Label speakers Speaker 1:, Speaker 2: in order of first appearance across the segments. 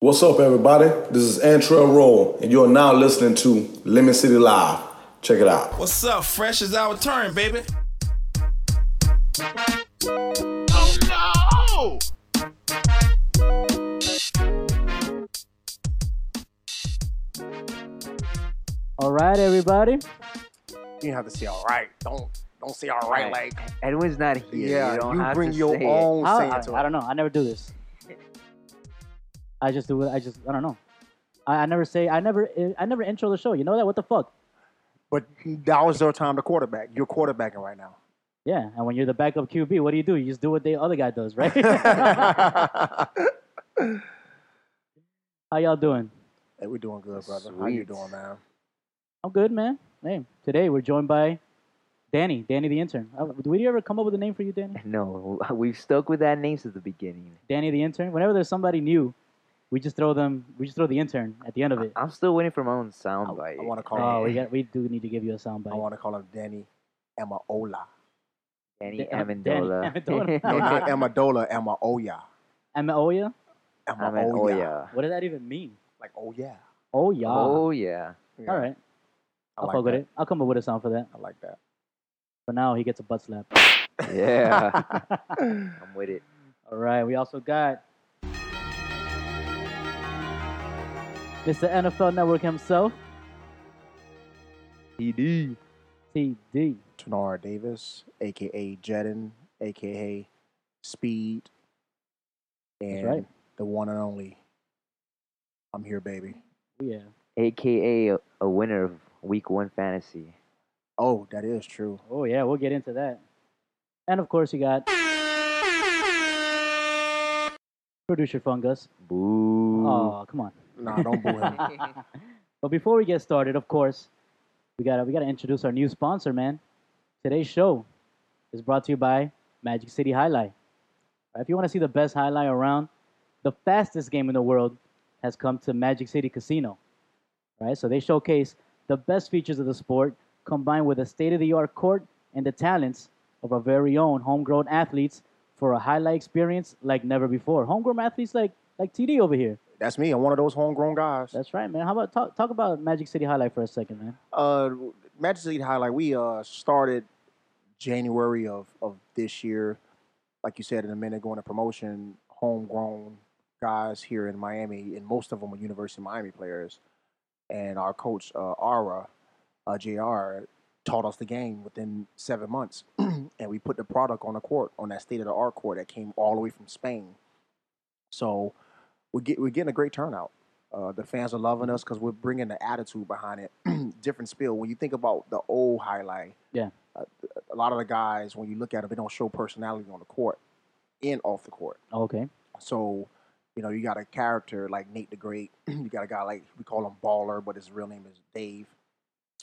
Speaker 1: What's up, everybody? This is Antrell Roll, and you are now listening to Lemon City Live. Check it out.
Speaker 2: What's up? Fresh is our turn, baby.
Speaker 3: Oh
Speaker 4: All right, everybody.
Speaker 3: You have to say all right. Don't don't say all right, like
Speaker 5: Right. Edwin's not here.
Speaker 3: yeah.
Speaker 5: you,
Speaker 3: You,
Speaker 5: don't have
Speaker 3: bring
Speaker 5: to
Speaker 3: your
Speaker 5: say it.
Speaker 3: own
Speaker 4: I,
Speaker 3: saying to
Speaker 4: I, I don't know. I never do this. I just do it. I just I don't know. I, I never say. I never. I never intro the show. You know that? What the fuck?
Speaker 3: But that was your time to quarterback. You're quarterbacking right now.
Speaker 4: Yeah. And when you're the backup QB, what do you do? You just do what the other guy does, right? How y'all doing?
Speaker 3: hey, we're doing good, brother. How you
Speaker 5: Sweet.
Speaker 3: doing, man?
Speaker 4: I'm good, man. Hey, today we're joined by Danny. Danny the intern. Uh, Did we ever come up with a name for you, Danny?
Speaker 5: No, we've stuck with that name since the beginning.
Speaker 4: Danny the intern. Whenever there's somebody new, we just throw them. We just throw the intern at the end of it.
Speaker 5: I'm still waiting for my own soundbite.
Speaker 3: I want to call
Speaker 4: Oh, we
Speaker 3: him.
Speaker 4: got. We do need to give you a
Speaker 3: I
Speaker 4: soundbite.
Speaker 3: want to call him Danny Amaola.
Speaker 5: Danny
Speaker 4: Dan- Danny
Speaker 5: Amendola.
Speaker 4: Amendola.
Speaker 3: No, not Amadola. Amaoya.
Speaker 4: Amaoya. Oh,
Speaker 3: Amaoya.
Speaker 5: Amendola.
Speaker 4: What does that even mean?
Speaker 3: Like oh yeah.
Speaker 4: Oh yeah.
Speaker 5: Oh yeah.
Speaker 3: Yeah,
Speaker 4: All right.
Speaker 3: I
Speaker 4: I'll
Speaker 3: like
Speaker 4: fuck with
Speaker 3: that.
Speaker 4: it. I'll come up with a sound for that.
Speaker 3: I like that.
Speaker 4: For now, he gets a butt slap.
Speaker 5: Oh, Yeah. I'm with it.
Speaker 4: All right. We also got Mr. NFL Network himself,
Speaker 5: TD.
Speaker 4: TD.
Speaker 3: Tenara Davis, aka Jedden, aka Speed, and
Speaker 4: right.
Speaker 3: the one and only. I'm here, baby.
Speaker 4: Oh, Yeah.
Speaker 5: AKA a, a winner of week one fantasy.
Speaker 3: Oh, that is true.
Speaker 4: Oh yeah. We'll get into that. And of course, you got producer Fungus.
Speaker 5: Boo.
Speaker 4: Oh, come on.
Speaker 3: Nah, don't boo him.
Speaker 4: but before we get started, of course, we gotta we gotta introduce our new sponsor, man. Today's show is brought to you by Magic City Highlight. If you want to see the best highlight around, the fastest game in the world has come to Magic City Casino. Right, so they showcase the best features of the sport combined with a state-of-the-art court and the talents of our very own homegrown athletes for a highlight experience like never before. Homegrown athletes like like TD over here.
Speaker 3: That's me. I'm one of those homegrown guys.
Speaker 4: That's right, man. How about talk, talk about Magic City Highlight for a second, man?
Speaker 3: Uh, Magic City Highlight. We uh started January of of this year. Like you said in a minute, going to promotion, homegrown guys here in Miami, and most of them are University of Miami players. And our coach uh, Ara, uh, Jr. taught us the game within seven months, and we put the product on the court on that state of the art court that came all the way from Spain. So we get we're getting a great turnout. Uh, the fans are loving us because we're bringing the attitude behind it. Different spill. When you think about the old highlight,
Speaker 4: Yeah.
Speaker 3: uh, a lot of the guys when you look at them, they don't show personality on the court, and off the court.
Speaker 4: Oh, Okay.
Speaker 3: So, you know, you got a character like Nate the Great. you got a guy like we call him Baller, but his real name is Dave.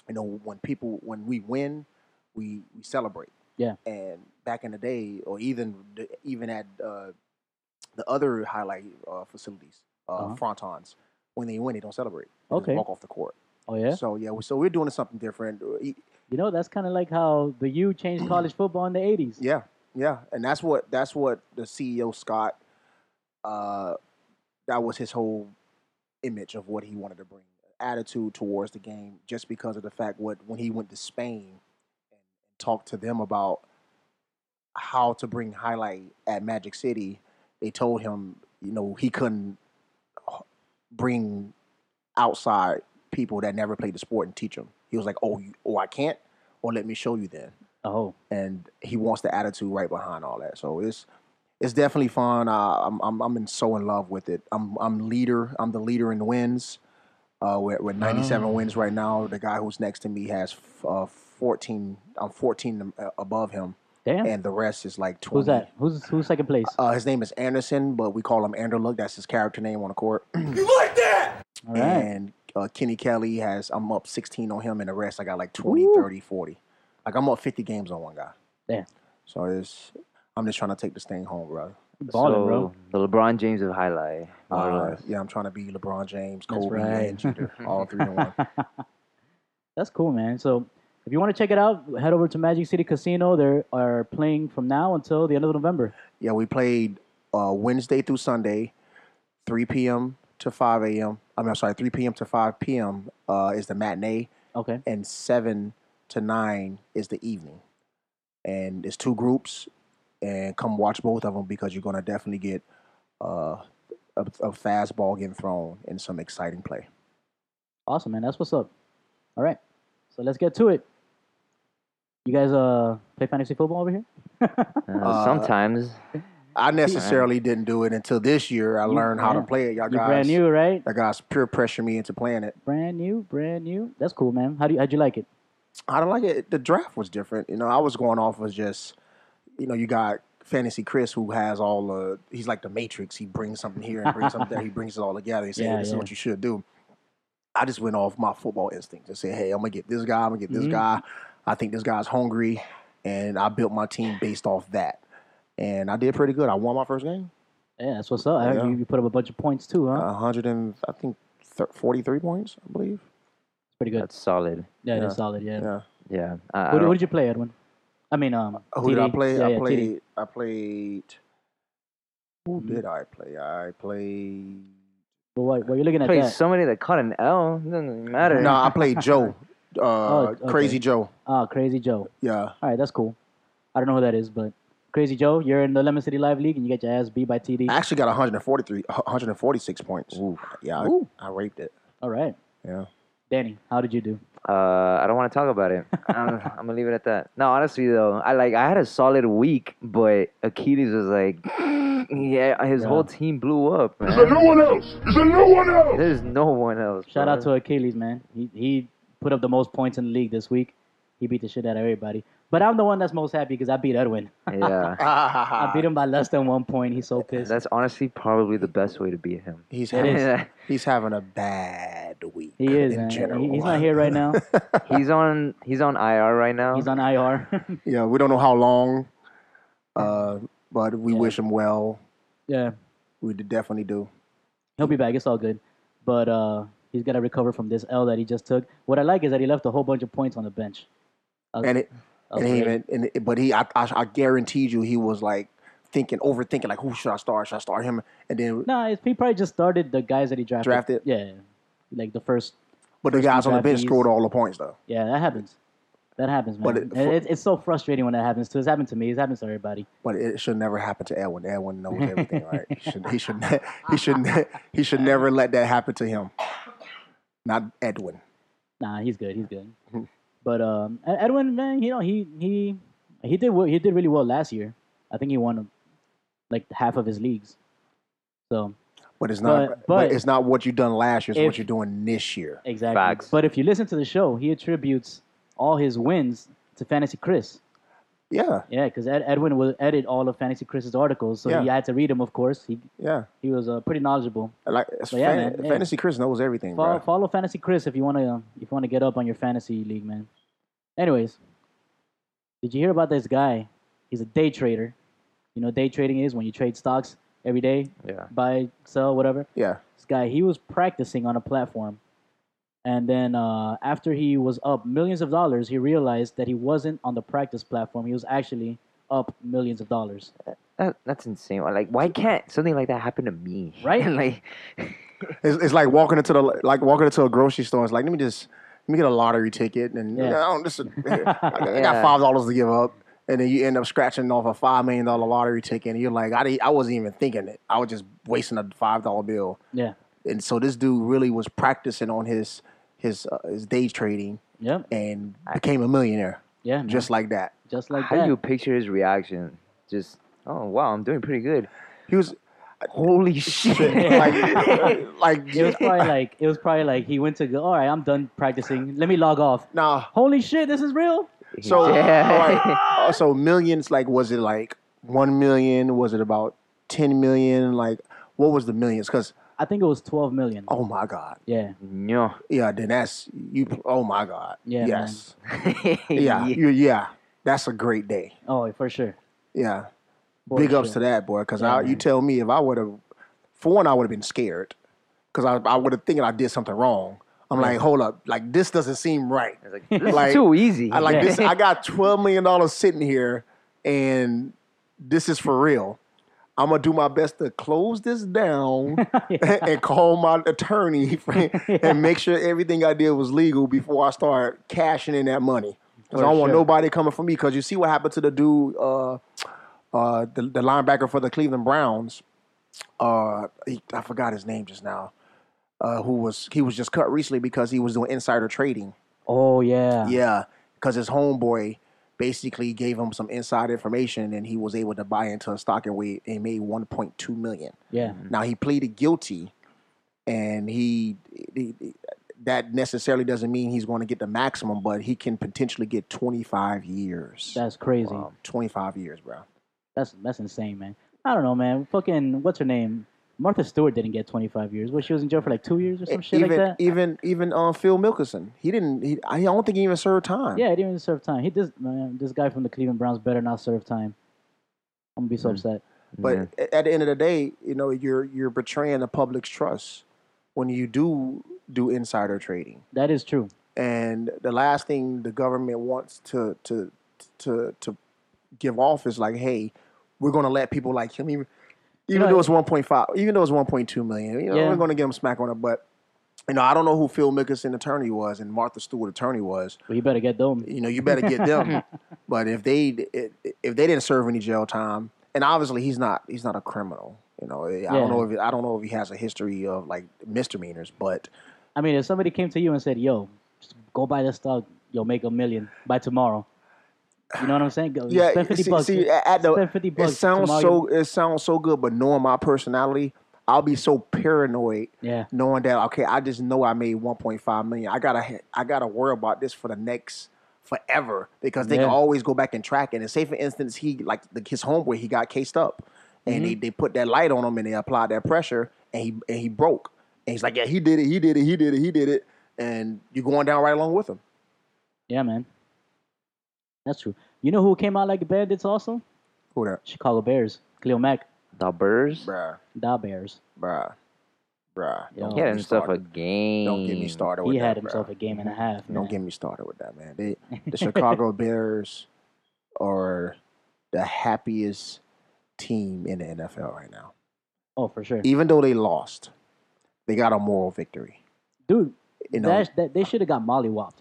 Speaker 3: You know, when people when we win, we we celebrate.
Speaker 4: Yeah.
Speaker 3: And back in the day, or even the- even at uh, the other highlight uh, facilities, uh,
Speaker 4: Uh-huh.
Speaker 3: Frontons, when they win, they don't celebrate. They just
Speaker 4: Okay.
Speaker 3: walk off the court.
Speaker 4: Oh yeah.
Speaker 3: So yeah, we- so we're doing something different. Uh,
Speaker 4: You know that's kind of like how the U changed college football in the '80s.
Speaker 3: Yeah, yeah, and that's what that's what the CEO Scott, uh, that was his whole image of what he wanted to bring, attitude towards the game, just because of the fact what when he went to Spain and talked to them about how to bring highlight at Magic City, they told him you know he couldn't h- bring outside people that never played the sport and teach them. He was like, oh, you, oh, I can't, or let me show you then
Speaker 4: Oh,
Speaker 3: and he wants the attitude right behind all that. So it's it's definitely fun. Uh, I'm I'm I'm in, so in love with it. I'm I'm leader. I'm the leader in wins. Uh, we're, we're
Speaker 4: Oh.
Speaker 3: 97 wins right now. The guy who's next to me has f- uh, 14. I'm 14 a- above him,
Speaker 4: damn.
Speaker 3: and the rest is like 20.
Speaker 4: Who's that? Who's who's second place?
Speaker 3: Uh, his name is Anderson, but we call him Anderluck. That's his character name on the court.
Speaker 4: All right.
Speaker 3: And uh, Kenny Kelly has. I'm up 16 on him, and the rest I got like 20, 30, 40. Like I'm up 50 games on one guy.
Speaker 4: Damn.
Speaker 3: So it's. I'm just trying to take this thing home, brother.
Speaker 4: Balling,
Speaker 5: so,
Speaker 4: bro.
Speaker 5: The LeBron James of highlight. more or
Speaker 3: Uh,
Speaker 5: less.
Speaker 3: yeah, I'm trying to be LeBron James,
Speaker 4: That's
Speaker 3: Kobe,
Speaker 4: right.
Speaker 3: and Jeter, all three in one.
Speaker 4: That's cool, man. So if you want to check it out, head over to Magic City Casino. They are playing from now until the end of November.
Speaker 3: Yeah, we played uh, Wednesday through Sunday, 3 p.m. to 5 a.m. I mean, I'm sorry, 3 p.m. to 5 p.m. Uh, is the matinee,
Speaker 4: Okay.
Speaker 3: and 7 to 9 is the evening. And it's two groups, and come watch both of them because you're going to definitely get uh, a, a fastball getting thrown and some exciting play.
Speaker 4: Awesome, man. That's what's up. All right. So let's get to it. You guys uh play fantasy football over here?
Speaker 5: Uh,
Speaker 3: Uh,
Speaker 5: sometimes.
Speaker 3: I necessarily didn't do it until this year. I
Speaker 4: You-
Speaker 3: learned how to
Speaker 4: yeah.
Speaker 3: play it. Y'all
Speaker 4: You're
Speaker 3: guys,
Speaker 4: brand new, right?
Speaker 3: Y'all guys peer pressure me into playing it.
Speaker 4: Brand new, brand new. That's cool, man. How do you, how'd you like it?
Speaker 3: I don't like it. The draft was different. You know, I was going off of just, you know, you got Fantasy Chris who has all the, he's like the Matrix. He brings something here and brings something there. He brings it all together. He says,
Speaker 4: Yeah,
Speaker 3: this is
Speaker 4: yeah.
Speaker 3: what you should do. I just went off my football instinct and said, hey, I'm going to get this guy. I'm going to get this
Speaker 4: Mhm.
Speaker 3: guy. I think this guy's hungry. And I built my team based off that. And I did pretty good. I won my first game.
Speaker 4: Yeah, that's what's up. I heard
Speaker 3: Yeah.
Speaker 4: you, you put up a bunch of points too, huh?
Speaker 3: A 100 and, I think, thir 43 points, I believe.
Speaker 4: Pretty good.
Speaker 5: That's solid.
Speaker 4: yeah,
Speaker 3: yeah.
Speaker 4: that's solid. Yeah.
Speaker 3: Yeah. Uh,
Speaker 5: Yeah. I, I
Speaker 4: Who,
Speaker 5: don't-
Speaker 4: who did you play, Edwin? I mean, um,
Speaker 3: Who did I
Speaker 4: TD.
Speaker 3: play?
Speaker 4: Yeah,
Speaker 3: I
Speaker 4: yeah,
Speaker 3: played.
Speaker 4: TD.
Speaker 3: I played. Who did I play? I played.
Speaker 4: But why, why are you looking at
Speaker 5: play
Speaker 4: that?
Speaker 5: somebody that caught an L. Doesn't matter.
Speaker 3: No, I played Joe. Uh,
Speaker 4: okay.
Speaker 3: Crazy Joe.
Speaker 4: Ah, Crazy Joe.
Speaker 3: Yeah.
Speaker 4: All right, that's cool. I don't know who that is, but Crazy Joe, you're in the Lemon City Live League and you get your ass beat by TD.
Speaker 3: I actually got 143, 146 points.
Speaker 5: Oof.
Speaker 3: Yeah, I,
Speaker 4: Ooh.
Speaker 3: I raped it.
Speaker 4: All right.
Speaker 3: Yeah.
Speaker 4: Danny, how did you do?
Speaker 5: Uh, I don't want to talk about it. I'm, I'm gonna leave it at that. No, honestly though, I like I had a solid week, but Achilles was like, yeah, his
Speaker 4: Yeah.
Speaker 5: whole team blew up.
Speaker 6: Is there
Speaker 5: Man.
Speaker 6: no one else? Is there no one else?
Speaker 5: There's no one else.
Speaker 4: Shout out
Speaker 5: bro.
Speaker 4: to Achilles, man. He he put up the most points in the league this week. He beat the shit out of everybody. But I'm the one that's most happy because I beat Edwin.
Speaker 5: yeah.
Speaker 3: Ah.
Speaker 4: I beat him by less than one point. He's so pissed.
Speaker 5: That's honestly probably the best way to beat him.
Speaker 3: He's
Speaker 4: It
Speaker 3: having,
Speaker 4: is.
Speaker 3: he's having a bad week.
Speaker 4: He is,
Speaker 3: in
Speaker 4: man. He-
Speaker 3: general.
Speaker 4: he's not here right now.
Speaker 5: he's on he's on IR right now.
Speaker 4: He's on IR.
Speaker 3: yeah, we don't know how long, uh, but we
Speaker 4: Yeah.
Speaker 3: wish him well.
Speaker 4: yeah,
Speaker 3: We d- definitely do.
Speaker 4: he'll be back. It's all good. But uh, he's got to recover from this L that he just took. What I like is that he left a whole bunch of points on the bench. That was-
Speaker 3: And it,
Speaker 4: that was
Speaker 3: and he
Speaker 4: great.
Speaker 3: even, and it- but he, I, I, I guaranteed you, he was like thinking, overthinking, like, who should I start? Should I start him? And then,
Speaker 4: Nah, it's, he probably just started the guys that he drafted.
Speaker 3: Drafted?
Speaker 4: Yeah. Like the first.
Speaker 3: but the guys on the bench
Speaker 4: draftees.
Speaker 3: scored all the points though.
Speaker 4: Yeah, that happens. That happens, man.
Speaker 3: But it- for-
Speaker 4: It- it's so frustrating when that happens, too. It's happened to me. It's happens to everybody.
Speaker 3: But it should never happen to Edwin. Edwin knows everything, right? He should, he should, he should, he should never let that happen to him. Not Edwin.
Speaker 4: Nah, he's good. He's good.
Speaker 3: Mm-hmm.
Speaker 4: but um, Ed- Edwin, man, you know, he he he did well- he did really well last year. I think he won like half of his leagues. So
Speaker 3: But it's not.
Speaker 4: But-
Speaker 3: But,
Speaker 4: but-
Speaker 3: it's not what you done last year. It's
Speaker 4: If-
Speaker 3: what you're doing this year.
Speaker 4: exactly.
Speaker 5: Facts.
Speaker 4: But if you listen to the show, he attributes all his wins to Fantasy Chris.
Speaker 3: Yeah,
Speaker 4: Yeah, because Ed- Edwin will edit all of Fantasy Chris's articles, so
Speaker 3: Yeah.
Speaker 4: he had to read them. Of course, he
Speaker 3: yeah.
Speaker 4: he was uh, pretty knowledgeable.
Speaker 3: Like it's
Speaker 4: But yeah,
Speaker 3: fan-
Speaker 4: man, yeah.
Speaker 3: fantasy, Chris knows everything,
Speaker 4: Follow,
Speaker 3: bro.
Speaker 4: follow Fantasy Chris if you want to if you want to get up on your fantasy league, man. Anyways, did you hear about this guy? He's a day trader. You know, day trading is when you trade stocks every day,
Speaker 5: yeah.
Speaker 4: buy, sell, whatever.
Speaker 3: Yeah,
Speaker 4: This guy, he was practicing on a platform, and then uh, after he was up millions of dollars, he realized that he wasn't on the practice platform. He was actually up millions of dollars.
Speaker 5: That, that's insane. Like why can't something like that happen to me?
Speaker 4: Right?
Speaker 5: like
Speaker 3: it's, it's like walking into the like walking into a grocery store. It's like let me just let me get a lottery ticket, and
Speaker 4: Yeah.
Speaker 3: I don't. This is, I got- I got
Speaker 5: Yeah.
Speaker 3: five dollars to give up, and then you end up scratching off a five million dollar lottery ticket, and you're like, I didn't- I wasn't even thinking it. I was just wasting a five dollar bill.
Speaker 4: Yeah.
Speaker 3: And so this dude really was practicing on his his uh, his day trading
Speaker 4: Yep.
Speaker 3: and became a millionaire
Speaker 4: Yeah. man.
Speaker 3: just like that.
Speaker 4: just like
Speaker 5: how
Speaker 4: that.
Speaker 5: do you picture his reaction? Just oh wow, I'm doing pretty good.
Speaker 3: He was
Speaker 5: Holy shit.
Speaker 3: like like
Speaker 4: It was probably like it was probably like he went to go. All right, I'm done practicing. Let me log off.
Speaker 3: nah.
Speaker 4: Holy shit, this is real.
Speaker 3: So
Speaker 5: Yeah.
Speaker 3: all right. Uh, so millions like was it like 1 million was it about 10 million like what was the millions cuz
Speaker 4: I think it was 12 million.
Speaker 3: oh my god.
Speaker 4: Yeah,
Speaker 5: No.
Speaker 3: Yeah, then that's you oh my god.
Speaker 4: Yeah,
Speaker 3: yes. Yeah.
Speaker 5: yeah.
Speaker 3: You, yeah. That's a great day.
Speaker 4: oh for sure.
Speaker 3: Yeah.
Speaker 4: Boy,
Speaker 3: Big ups
Speaker 4: shit.
Speaker 3: to that boy, because
Speaker 4: Yeah,
Speaker 3: I you
Speaker 4: man.
Speaker 3: tell me if I would have, for one, I would have been scared, because I I would have thinking I did something wrong. I'm like, hold up, like this doesn't seem right.
Speaker 5: It's like, this
Speaker 3: Like,
Speaker 5: is too easy.
Speaker 3: I like
Speaker 4: Yeah.
Speaker 3: this. I got twelve million dollars sitting here, and this is for real. I'm gonna do my best to close this down
Speaker 4: Yeah.
Speaker 3: and call my attorney and make sure everything I did was legal before I start cashing in that money. 'Cause I
Speaker 4: For
Speaker 3: don't want
Speaker 4: sure.
Speaker 3: nobody coming for me. Because you see what happened to the dude, uh, uh, the, the linebacker for the Cleveland Browns. Uh, he, I forgot his name just now. Uh, who was he was just cut recently because he was doing insider trading.
Speaker 4: Oh yeah.
Speaker 3: Yeah, because his homeboy basically gave him some inside information, and he was able to buy into a stock and we and made one point two million.
Speaker 4: Yeah.
Speaker 3: Now he pleaded guilty, and he, he- he- that necessarily doesn't mean he's going to get the maximum, but he can potentially get twenty five years.
Speaker 4: That's crazy.
Speaker 3: twenty five years, bro.
Speaker 4: That's that's insane, man. I don't know, man. Fucking what's her name? Martha Stewart didn't get 25 years. What she was in jail for like two years or some shit
Speaker 3: E, even
Speaker 4: like that.
Speaker 3: even even uh, Phil Mickelson, he didn't. He, I don't think he even served time.
Speaker 4: yeah, he didn't even serve time. He this man, this guy from the Cleveland Browns better not serve time. I'm gonna be
Speaker 3: Hmm.
Speaker 4: so upset.
Speaker 3: But
Speaker 5: Yeah.
Speaker 3: a- at the end of the day, you know, you're you're betraying the public's trust when you do do insider trading.
Speaker 4: That is true.
Speaker 3: And the last thing the government wants to to to to give off is like, hey, we're going to let people like him even even
Speaker 4: know,
Speaker 3: though it's 1.5, even though it's 1.2 million, you know,
Speaker 4: Yeah.
Speaker 3: we're going to give him smack on the butt. You know, I don't know who Phil Mickelson attorney was and Martha Stewart attorney was.
Speaker 4: But you better get them.
Speaker 3: You know, you better get them. but if they if they didn't serve any jail time, and obviously he's not he's not a criminal. You know, I
Speaker 4: Yeah.
Speaker 3: don't know if I don't know if he has a history of like misdemeanors, but
Speaker 4: I mean, if somebody came to you and said, "Yo, just go buy this stock. You'll make a million by tomorrow." You know what I'm saying? Go,
Speaker 3: yeah,
Speaker 4: spend 50
Speaker 3: see,
Speaker 4: bucks.
Speaker 3: see, at the
Speaker 4: spend 50
Speaker 3: it
Speaker 4: bucks.
Speaker 3: sounds
Speaker 4: tomorrow
Speaker 3: so it sounds so good, but knowing my personality, I'll be so paranoid
Speaker 4: you- Yeah.
Speaker 3: knowing that okay, I just know I made 1.5 million. I gotta ha- I gotta worry about this for the next forever because they
Speaker 4: Yeah.
Speaker 3: can always go back and track it. And say for instance, he like the, his homeboy, he got cased up, and they, they put that light on him and they applied that pressure, and he and he broke. And he's like, yeah, he did it, he did it, he did it, he did it, and you're going down right along with him.
Speaker 4: Yeah, man. That's true. You know who came out like bandits also?
Speaker 3: Who that?
Speaker 4: Chicago Bears. Cleo Mack.
Speaker 5: The Burrs?
Speaker 3: Bruh,
Speaker 4: Da Bears.
Speaker 3: bruh, bruh.
Speaker 4: Yo.
Speaker 5: He had
Speaker 4: Don't
Speaker 3: me
Speaker 5: himself a
Speaker 3: started.
Speaker 5: game.
Speaker 3: Oh, Don't get me started with
Speaker 4: He
Speaker 3: that.
Speaker 4: had himself
Speaker 3: bruh.
Speaker 4: a game and a half.
Speaker 3: Don't
Speaker 4: man.
Speaker 3: get me started with that, man. They, the Chicago Bears are the happiest team in the NFL right now.
Speaker 4: Oh, for sure,
Speaker 3: Even though they lost, they got a moral victory.
Speaker 4: dude.
Speaker 3: You know,
Speaker 4: that, that, they should have got mollywopped.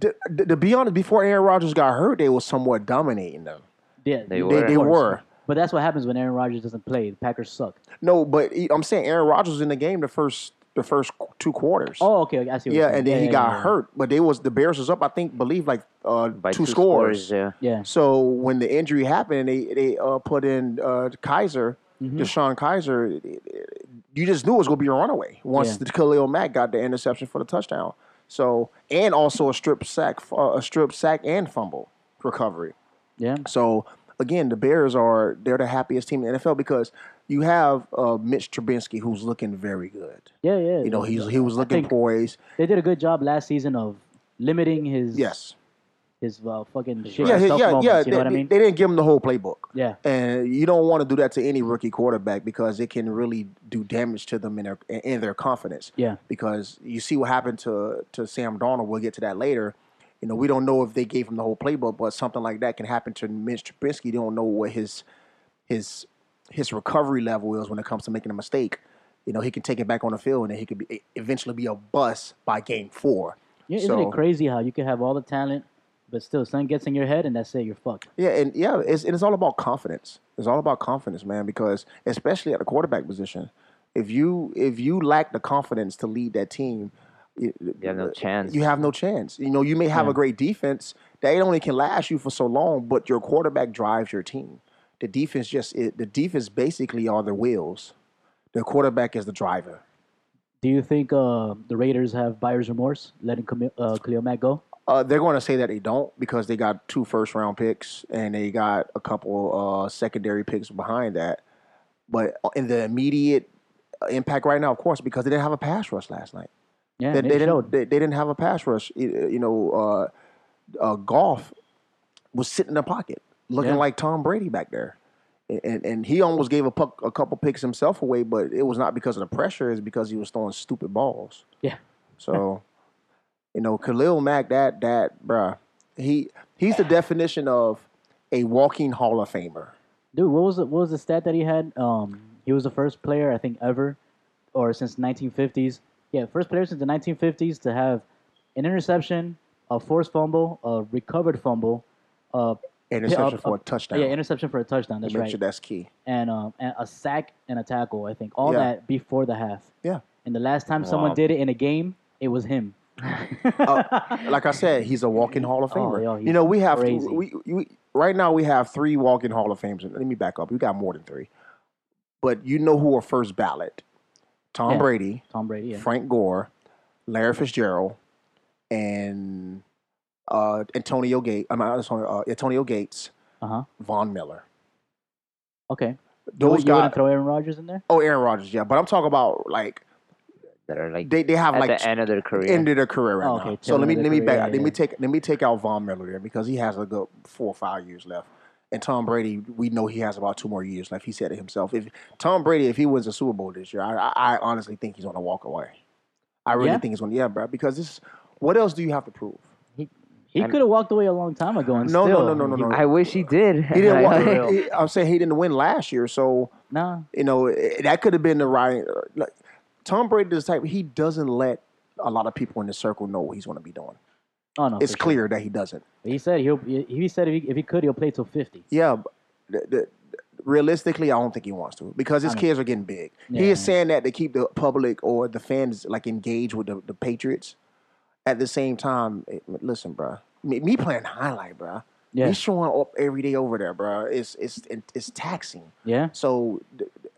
Speaker 3: to, to- to be honest, before Aaron Rodgers got hurt, they were somewhat dominating them.
Speaker 4: Yeah,
Speaker 5: They
Speaker 3: They,
Speaker 5: were.
Speaker 3: they were.
Speaker 4: But that's what happens when Aaron Rodgers doesn't play. The Packers suck.
Speaker 3: No, but he- I'm saying Aaron Rodgers was in the game the first the first two quarters.
Speaker 4: Oh, okay, okay, I see. What you're
Speaker 3: yeah,
Speaker 4: saying.
Speaker 3: and then he
Speaker 4: yeah,
Speaker 3: got
Speaker 4: yeah.
Speaker 3: hurt, but they was the Bears was up, I think, believe like uh,
Speaker 5: By
Speaker 3: two, scores.
Speaker 5: Yeah.
Speaker 4: Yeah,
Speaker 3: So when the injury happened, they they uh, put in uh, Kaiser,
Speaker 4: Mm-hmm.
Speaker 3: Deshaun Kaiser. it- it- You just knew it was going to be a runaway once
Speaker 4: Yeah.
Speaker 3: the Khalil Mack got the interception for the touchdown. So and also a strip sack, uh, a strip sack and fumble recovery.
Speaker 4: yeah,
Speaker 3: So again, the Bears are they're the happiest team in the NFL because you have uh, Mitch Trubisky who's looking very good.
Speaker 4: yeah, yeah.
Speaker 3: You know he's he was looking
Speaker 4: think-
Speaker 3: poised.
Speaker 4: They did a good job last season of limiting his
Speaker 3: Yes.
Speaker 4: his uh, fucking shit
Speaker 3: Yeah,
Speaker 4: stuff
Speaker 3: yeah,
Speaker 4: moments.
Speaker 3: yeah.
Speaker 4: you know
Speaker 3: they,
Speaker 4: what I mean?
Speaker 3: they didn't give him the whole playbook.
Speaker 4: yeah,
Speaker 3: And you don't want to do that to any rookie quarterback because it can really do damage to them in their in their confidence.
Speaker 4: yeah,
Speaker 3: Because you see what happened to to Sam Darnold. We'll get to that later. You know, we don't know if they gave him the whole playbook, but something like that can happen to Mitch Trubisky. You don't know what his his his recovery level is when it comes to making a mistake. You know, he can take it back on the field, and then he could be eventually be a bust by game four.
Speaker 4: yeah. Isn't
Speaker 3: So-
Speaker 4: it crazy how you can have all the talent, but still, something gets in your head, and that's it. You're fucked.
Speaker 3: Yeah, and yeah, it's and it's all about confidence. It's all about confidence, man. Because especially at the quarterback position, if you if you lack the confidence to lead that team, you,
Speaker 5: You have no chance.
Speaker 3: Uh, you have no chance. You know, you may have a great defense that only can last you for so long, but your quarterback drives your team. The defense just it, the defense basically are the wheels. The quarterback is the driver.
Speaker 4: Do you think uh, the Raiders have buyer's remorse letting Camille, uh, Khalil Mack go?
Speaker 3: Uh, they're going to say that they don't because they got two first round picks and they got a couple uh, secondary picks behind that. But in the immediate uh, impact right now, of course, because they didn't have a pass rush last night.
Speaker 4: Yeah,
Speaker 3: They,
Speaker 4: and
Speaker 3: they
Speaker 4: it
Speaker 3: didn't.
Speaker 4: showed.
Speaker 3: They, they didn't have a pass rush. You you know, uh, uh, golf was sitting in the pocket, looking
Speaker 4: Yeah.
Speaker 3: like Tom Brady back there, And- and and he almost gave a puck, a couple picks himself away, but it was not because of the pressure. It's because he was throwing stupid balls.
Speaker 4: Yeah.
Speaker 3: So, you know, Khalil Mack, that that bruh, he he's the definition of a walking Hall of Famer.
Speaker 4: Dude, what was the, what was the stat that he had? Um, he was the first player I think ever, or since 1950s. Yeah, first player since the 1950s to have an interception, a forced fumble, a recovered fumble, a
Speaker 3: Interception
Speaker 4: up-
Speaker 3: for a
Speaker 4: up-
Speaker 3: touchdown.
Speaker 4: uh, yeah interception for a touchdown. That's
Speaker 3: Make
Speaker 4: right,
Speaker 3: sure that's key.
Speaker 4: and, um, and a sack and a tackle. I think all
Speaker 3: Yeah.
Speaker 4: that before the half.
Speaker 3: Yeah.
Speaker 4: And the last time someone
Speaker 5: Wow.
Speaker 4: did it in a game, it was him.
Speaker 3: like I said, he's a walking Hall of
Speaker 4: Oh,
Speaker 3: Famer.
Speaker 4: yo, he's
Speaker 3: you know, we have
Speaker 4: crazy.
Speaker 3: we, we right now we have three walking Hall of Famers. Let me back up. We got more than three, but you know who are first ballot: Tom
Speaker 4: Yeah.
Speaker 3: Brady,
Speaker 4: Tom Brady. Yeah.
Speaker 3: Frank Gore, Larry Fitzgerald, and uh, Antonio Gates. I'm not Antonio, uh, Antonio Gates,
Speaker 4: Uh huh.
Speaker 3: Von Miller.
Speaker 4: Okay. You,
Speaker 3: Those
Speaker 4: would- you
Speaker 3: guys.
Speaker 4: wouldn't throw Aaron Rodgers in there?
Speaker 3: Oh, Aaron Rodgers. Yeah, but I'm talking about like
Speaker 5: that are like
Speaker 3: they, they have
Speaker 5: at
Speaker 3: like
Speaker 5: the end of their career.
Speaker 3: end of their career right
Speaker 4: Oh, okay,
Speaker 3: now. So
Speaker 4: tail
Speaker 3: let me
Speaker 4: end of their
Speaker 3: let me
Speaker 4: career,
Speaker 3: back
Speaker 4: yeah,
Speaker 3: let
Speaker 4: yeah.
Speaker 3: me take let me take out Von Miller there because he has a good four or five years left. And Tom Brady, we know he has about two more years left. He said it himself. If Tom Brady, if he wins the Super Bowl this year, I, I, I honestly think he's going to walk away. I really
Speaker 4: Yeah?
Speaker 3: think he's going to yeah, bro. Because this, what else do you have to prove?
Speaker 4: He
Speaker 5: And-
Speaker 4: could have walked away a long time ago. And
Speaker 3: No, no,
Speaker 4: still,
Speaker 3: no, no, no, no.
Speaker 5: I wish he did.
Speaker 3: He didn't.
Speaker 5: Like,
Speaker 3: Walk, he- I'm saying he didn't win last year, so
Speaker 4: Nah.
Speaker 3: you know it- that could have been the right. Like, Tom Brady is the type he doesn't let a lot of people in the circle know what he's going to be doing.
Speaker 4: Oh no.
Speaker 3: It's
Speaker 4: for sure.
Speaker 3: clear that he doesn't.
Speaker 4: He said he'll. He he said if he, if he could, he'll play till fifty.
Speaker 3: Yeah, but the, the, realistically, I don't think he wants to because his
Speaker 4: I mean-
Speaker 3: kids are getting big.
Speaker 4: Yeah.
Speaker 3: He is saying that to keep the public or the fans like engaged with the, the Patriots. At the same time, it- listen, bro, me, me playing highlight, bro.
Speaker 4: Yeah.
Speaker 3: Me showing up every day over there, bro. It's it's it's taxing.
Speaker 4: Yeah.
Speaker 3: So th- th-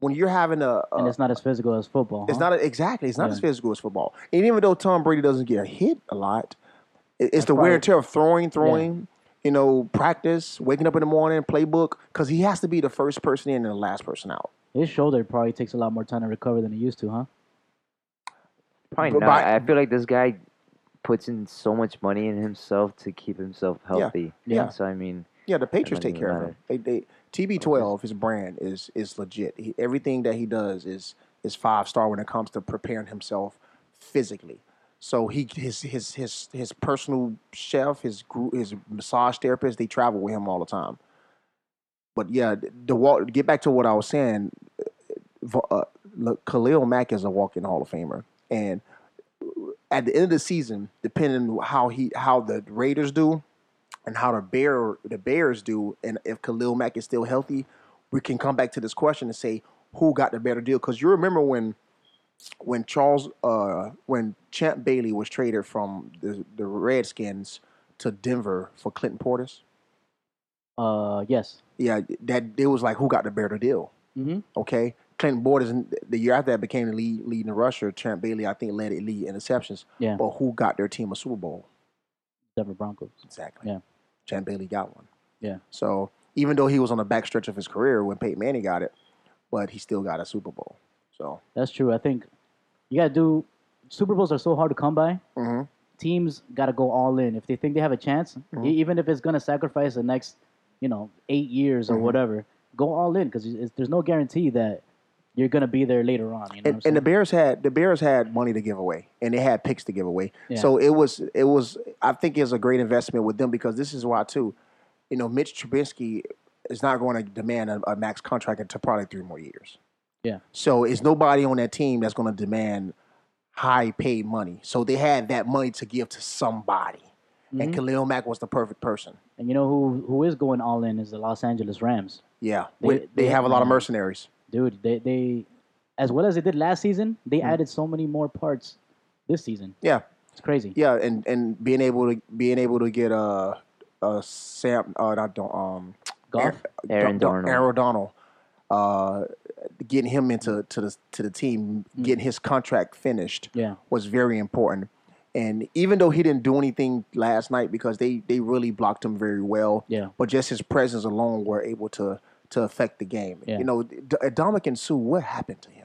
Speaker 3: when you're having a, a-
Speaker 4: And it's not as physical as football.
Speaker 3: it's
Speaker 4: huh?
Speaker 3: not a, exactly. It's not
Speaker 4: Yeah.
Speaker 3: as physical as football. And even though Tom Brady doesn't get hit a lot, it- it's the wear and
Speaker 4: right.
Speaker 3: tear of throwing, throwing. You know, practice, waking up in the morning, playbook, because he has to be the first person in and the last person out.
Speaker 4: His shoulder probably takes a lot more time to recover than it used to, huh?
Speaker 5: Probably
Speaker 3: But
Speaker 5: not.
Speaker 3: by-
Speaker 5: I feel like this guy puts in so much money in himself to keep himself healthy.
Speaker 3: Yeah.
Speaker 5: So I mean,
Speaker 3: Yeah, the Patriots
Speaker 5: might
Speaker 3: take
Speaker 5: even
Speaker 3: care of him.
Speaker 5: matter.
Speaker 3: They, they, TB12, his brand is is legit. He, everything that he does is is five star when it comes to preparing himself physically. So he his his his his personal chef, his gru- his massage therapist, they travel with him all the time. But yeah, the, the walk, get back to what I was saying. uh, Uh, look, Khalil Mack is a walking Hall of Famer, and at the end of the season, depending on how he how the Raiders do and how the bear the Bears do, and if Khalil Mack is still healthy, we can come back to this question and say who got the better deal. Because you remember when when Charles uh, when Champ Bailey was traded from the, the Redskins to Denver for Clinton Portis.
Speaker 4: Uh, yes.
Speaker 3: Yeah, that it was like who got the better deal.
Speaker 4: Mhm.
Speaker 3: Okay, Clinton Portis the year after that became the lead leading rusher. Champ Bailey, I think, led the lead interceptions.
Speaker 4: Yeah.
Speaker 3: But who got their team a Super Bowl?
Speaker 4: Denver Broncos.
Speaker 3: Exactly.
Speaker 4: Yeah.
Speaker 3: Champ Bailey got one.
Speaker 4: Yeah.
Speaker 3: So even though he was on the back stretch of his career when Peyton Manning got it, but he still got a Super Bowl. So
Speaker 4: That's true. I think you gotta do. Super Bowls are so hard to come by.
Speaker 3: Mhm.
Speaker 4: Teams gotta go all in if they think they have a chance,
Speaker 3: Mm-hmm.
Speaker 4: e- even if it's gonna sacrifice the next, you know, eight years
Speaker 3: Mm-hmm.
Speaker 4: or whatever. Go all in because there's no guarantee that you're gonna be there later on. You know what I'm
Speaker 3: and, and the
Speaker 4: saying?
Speaker 3: Bears had the Bears had money to give away and they had picks to give away.
Speaker 4: Yeah.
Speaker 3: So it was it was I think it's a great investment with them because this is why too, you know, Mitch Trubisky is not going to demand a, a max contract until probably three more years.
Speaker 4: Yeah.
Speaker 3: So it's nobody on that team that's going to demand high paid money. So they had that money to give to somebody,
Speaker 4: Mm-hmm.
Speaker 3: and Khalil Mack was the perfect person.
Speaker 4: and you know who who is going all in is the Los Angeles Rams.
Speaker 3: Yeah,
Speaker 4: They- Mm-hmm.
Speaker 3: we- they,
Speaker 4: they-
Speaker 3: have a lot of mercenaries.
Speaker 4: dude they, they as well as they did last season they
Speaker 3: Hmm.
Speaker 4: added so many more parts this season
Speaker 3: Yeah,
Speaker 4: it's crazy
Speaker 3: yeah, and and being able to being able to get uh uh Sam uh not Don- um
Speaker 4: Goff?
Speaker 5: Aaron
Speaker 3: Don- Don-
Speaker 5: Darnold.
Speaker 3: Aaron Donald uh getting him into to the to the team getting his contract finished
Speaker 4: Mm-hmm. Yeah.
Speaker 3: was very important. And even though he didn't do anything last night because they they really blocked him very well,
Speaker 4: Yeah.
Speaker 3: But just his presence alone were able to to affect the game.
Speaker 4: Yeah.
Speaker 3: You know, D- Dominic and Sue, what happened to him?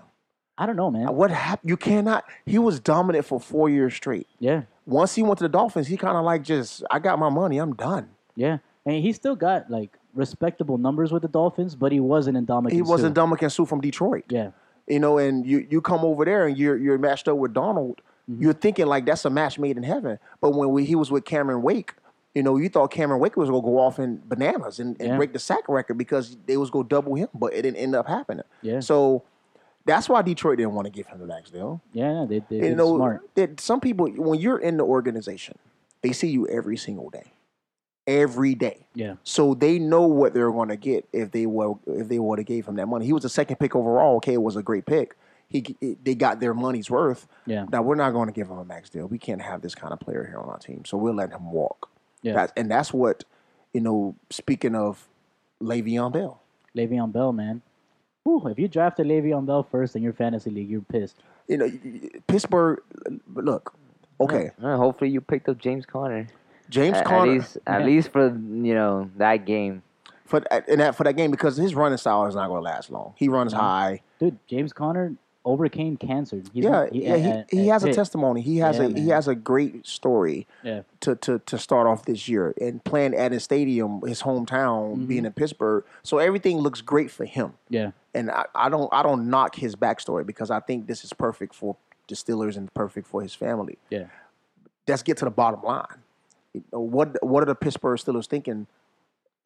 Speaker 4: i don't know man
Speaker 3: What happened? You cannot. He was dominant for four years straight.
Speaker 4: yeah
Speaker 3: Once he went to the Dolphins, he kind of like just, I got my money, I'm done.
Speaker 4: yeah and he still got like respectable numbers with the dolphins but he wasn't in Dominican
Speaker 3: He wasn't
Speaker 4: Sue.
Speaker 3: Dominican Sue from Detroit,
Speaker 4: yeah
Speaker 3: you know. And you you come over there and you're you're
Speaker 4: Mm-hmm.
Speaker 3: matched up with Donald. You're thinking like that's a match made in heaven. But when we, he was with Cameron Wake, You know, you thought Cameron Wake was gonna go off in bananas and, and
Speaker 4: Yeah.
Speaker 3: break the sack record because they was gonna double him, but it didn't end up happening.
Speaker 4: Yeah.
Speaker 3: So that's why Detroit didn't want to give him the max deal.
Speaker 4: Yeah, they, they,
Speaker 3: You
Speaker 4: they're
Speaker 3: know,
Speaker 4: smart.
Speaker 3: that some people when you're in the organization, they see you every single day, every day.
Speaker 4: Yeah.
Speaker 3: So they know what they're going to get if they were if they would have gave him that money. He was the second pick overall. Okay, it was a great pick. He they got their money's worth.
Speaker 4: Yeah.
Speaker 3: Now we're not going to give him a max deal. We can't have this kind of player here on our team. So we'll let him walk.
Speaker 4: Yeah.
Speaker 3: That's, and that's what you know. Speaking of Le'Veon Bell,
Speaker 4: Le'Veon Bell, man. Whew, if you drafted Le'Veon Bell first in your fantasy league, you're pissed.
Speaker 3: you know Pittsburgh. Look, okay,
Speaker 5: Well, hopefully you picked up James Conner.
Speaker 3: James
Speaker 5: At-
Speaker 3: Conner
Speaker 5: At least, at least for you know that game.
Speaker 3: for and that for that game because his running style is not going to last long. He runs
Speaker 4: Mm-hmm.
Speaker 3: high.
Speaker 4: Dude, James Conner overcame cancer. He's
Speaker 3: yeah,
Speaker 4: he-
Speaker 3: yeah. He,
Speaker 4: at-
Speaker 3: he
Speaker 4: at
Speaker 3: has a
Speaker 4: Pitt.
Speaker 3: testimony. He has
Speaker 4: Yeah,
Speaker 3: a
Speaker 4: man.
Speaker 3: he has a great story
Speaker 4: Yeah.
Speaker 3: to, to to start off this year and playing at his stadium, his hometown,
Speaker 4: Mm-hmm.
Speaker 3: being in Pittsburgh. So everything looks great for him.
Speaker 4: Yeah.
Speaker 3: And I, I don't I don't knock his backstory because I think this is perfect for the Steelers and perfect for his family.
Speaker 4: Yeah.
Speaker 3: Let's get to the bottom line. You know, what what are the Pittsburgh Steelers thinking?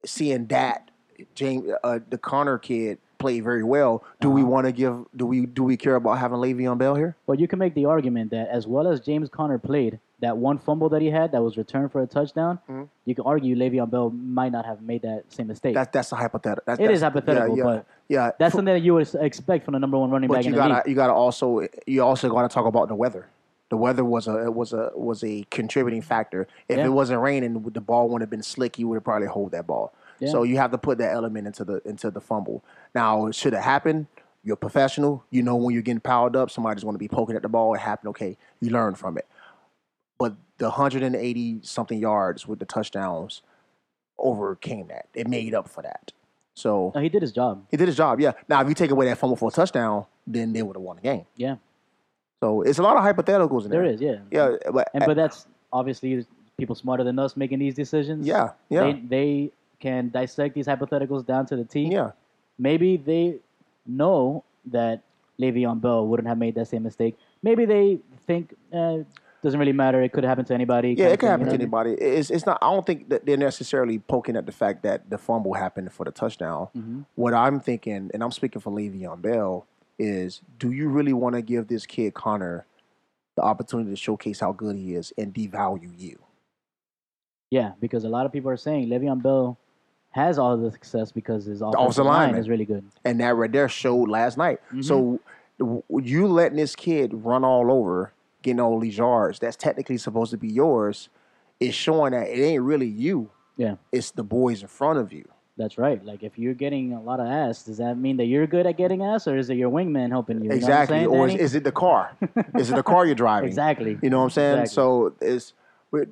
Speaker 3: Seeing that James uh, the Connor kid play very well, do we
Speaker 4: Uh-huh.
Speaker 3: want to give? Do we do we care about having Le'Veon Bell here?
Speaker 4: But you can make the argument that as well as James Conner played, that one fumble that he had that was returned for a touchdown,
Speaker 3: Mm-hmm.
Speaker 4: you can argue Le'Veon Bell might not have made that same mistake.
Speaker 3: That, that's a hypothetical. That,
Speaker 4: It
Speaker 3: that's,
Speaker 4: is hypothetical,
Speaker 3: yeah, yeah,
Speaker 4: but
Speaker 3: yeah,
Speaker 4: That's something that you would expect from the number one running
Speaker 3: But
Speaker 4: back
Speaker 3: you
Speaker 4: in the
Speaker 3: gotta
Speaker 4: league.
Speaker 3: you gotta also you also gotta talk about the weather. The weather was a it was a was a contributing factor. If
Speaker 4: Yeah.
Speaker 3: it wasn't raining, the ball wouldn't have been slick. You would have probably hold that ball. So you have to put that element into the into the fumble. Now, should it happen? You're a professional. You know when you're getting powered up, somebody's going to be poking at the ball. It happened. Okay, you learn from it. But the 180 something yards with the touchdowns overcame that. It made up for that. So
Speaker 4: No, Uh, he did his job.
Speaker 3: he did his job, yeah. Now, if you take away that fumble for a touchdown, then they would have won the game.
Speaker 4: Yeah,
Speaker 3: So it's a lot of hypotheticals in there.
Speaker 4: there is. Yeah,
Speaker 3: Yeah, but,
Speaker 4: and but that's obviously people smarter than us making these decisions.
Speaker 3: yeah, yeah,
Speaker 4: They, they can dissect these hypotheticals down to the T.
Speaker 3: yeah,
Speaker 4: Maybe they know that Le'Veon Bell wouldn't have made that same mistake. Maybe they think eh, doesn't really matter. It could happen to anybody.
Speaker 3: yeah.
Speaker 4: kind
Speaker 3: It
Speaker 4: of
Speaker 3: can
Speaker 4: thing,
Speaker 3: happen
Speaker 4: you
Speaker 3: to
Speaker 4: know what I mean?
Speaker 3: anybody. It's it's not. I don't think that they're necessarily poking at the fact that the fumble happened for the touchdown.
Speaker 4: Mm-hmm.
Speaker 3: What I'm thinking, and I'm speaking for Le'Veon Bell, is do you really want to give this kid Connor the opportunity to showcase how good he is and devalue you?
Speaker 4: Yeah, because a lot of people are saying Le'Veon Bell has all the success because his offensive, line
Speaker 3: lineman.
Speaker 4: is really good.
Speaker 3: and that right there showed last night.
Speaker 4: Mm-hmm.
Speaker 3: So w- you letting this kid run all over, getting all these yards that's technically supposed to be yours, is showing that it ain't really you.
Speaker 4: Yeah.
Speaker 3: It's the boys in front of you.
Speaker 4: That's right. Like if you're getting a lot of ass, does that mean that you're good at getting ass, or is it your wingman helping you? You know what I'm
Speaker 3: exactly.
Speaker 4: saying,
Speaker 3: or is,
Speaker 4: Danny?
Speaker 3: is it the car? is it the car you're driving?
Speaker 4: exactly.
Speaker 3: You know what I'm saying?
Speaker 4: Exactly.
Speaker 3: So it's we-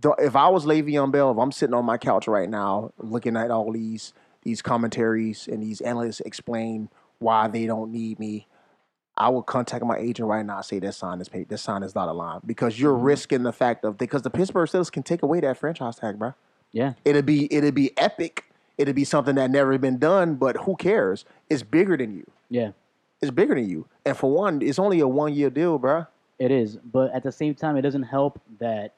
Speaker 3: the- if I was Le'Veon Bell, if I'm sitting on my couch right now looking at all these these commentaries and these analysts explain why they don't need me, I would contact my agent right now and say this sign is paid. This sign is not aligned because you're risking the fact of because the Pittsburgh Steelers can take away that franchise tag, bro.
Speaker 4: yeah,
Speaker 3: It'd be it'd be epic. It'd be something that never been done, but who cares? It's bigger than you.
Speaker 4: yeah,
Speaker 3: It's bigger than you. And for one, it's only a one year deal, bruh.
Speaker 4: it is. But at the same time, it doesn't help that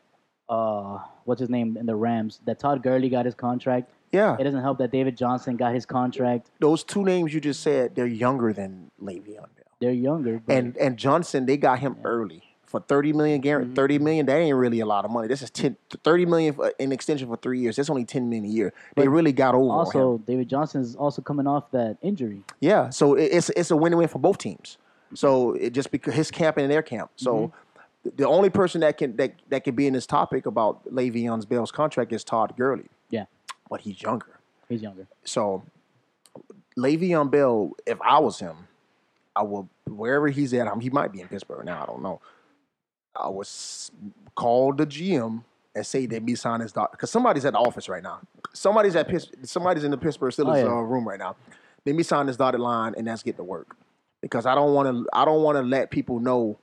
Speaker 4: uh, what's his name in the Rams? That Todd Gurley got his contract.
Speaker 3: Yeah.
Speaker 4: It doesn't help that David Johnson got his contract.
Speaker 3: those two names you just said, they're younger than Le'Veon Bell.
Speaker 4: They're younger, but
Speaker 3: And and Johnson, they got him early for thirty million guarantee. Thirty million, that ain't really a lot of money. This is 10, 30 million for an extension for three years. That's only ten million a year. They really got over on him.
Speaker 4: also David Johnson is also coming off that injury.
Speaker 3: Yeah, so it, it's it's a win win for both teams. So it just because his camp and their camp. So th- the only person that can that, that can be in this topic about Le'Veon Bell's contract is Todd Gurley,
Speaker 4: Yeah,
Speaker 3: but he's younger.
Speaker 4: he's younger.
Speaker 3: So Le'Veon Bell, if I was him, I would wherever he's at. I mean, he might be in Pittsburgh now. I don't know. I would s- call the GM and say that me sign his doc because somebody's at the office right now. Somebody's at Pitts. Somebody's in the Pittsburgh Steelers
Speaker 4: Oh, yeah.
Speaker 3: uh, room right now. Let me sign this dotted line and let's get to work because I don't want to. I don't want to let people know.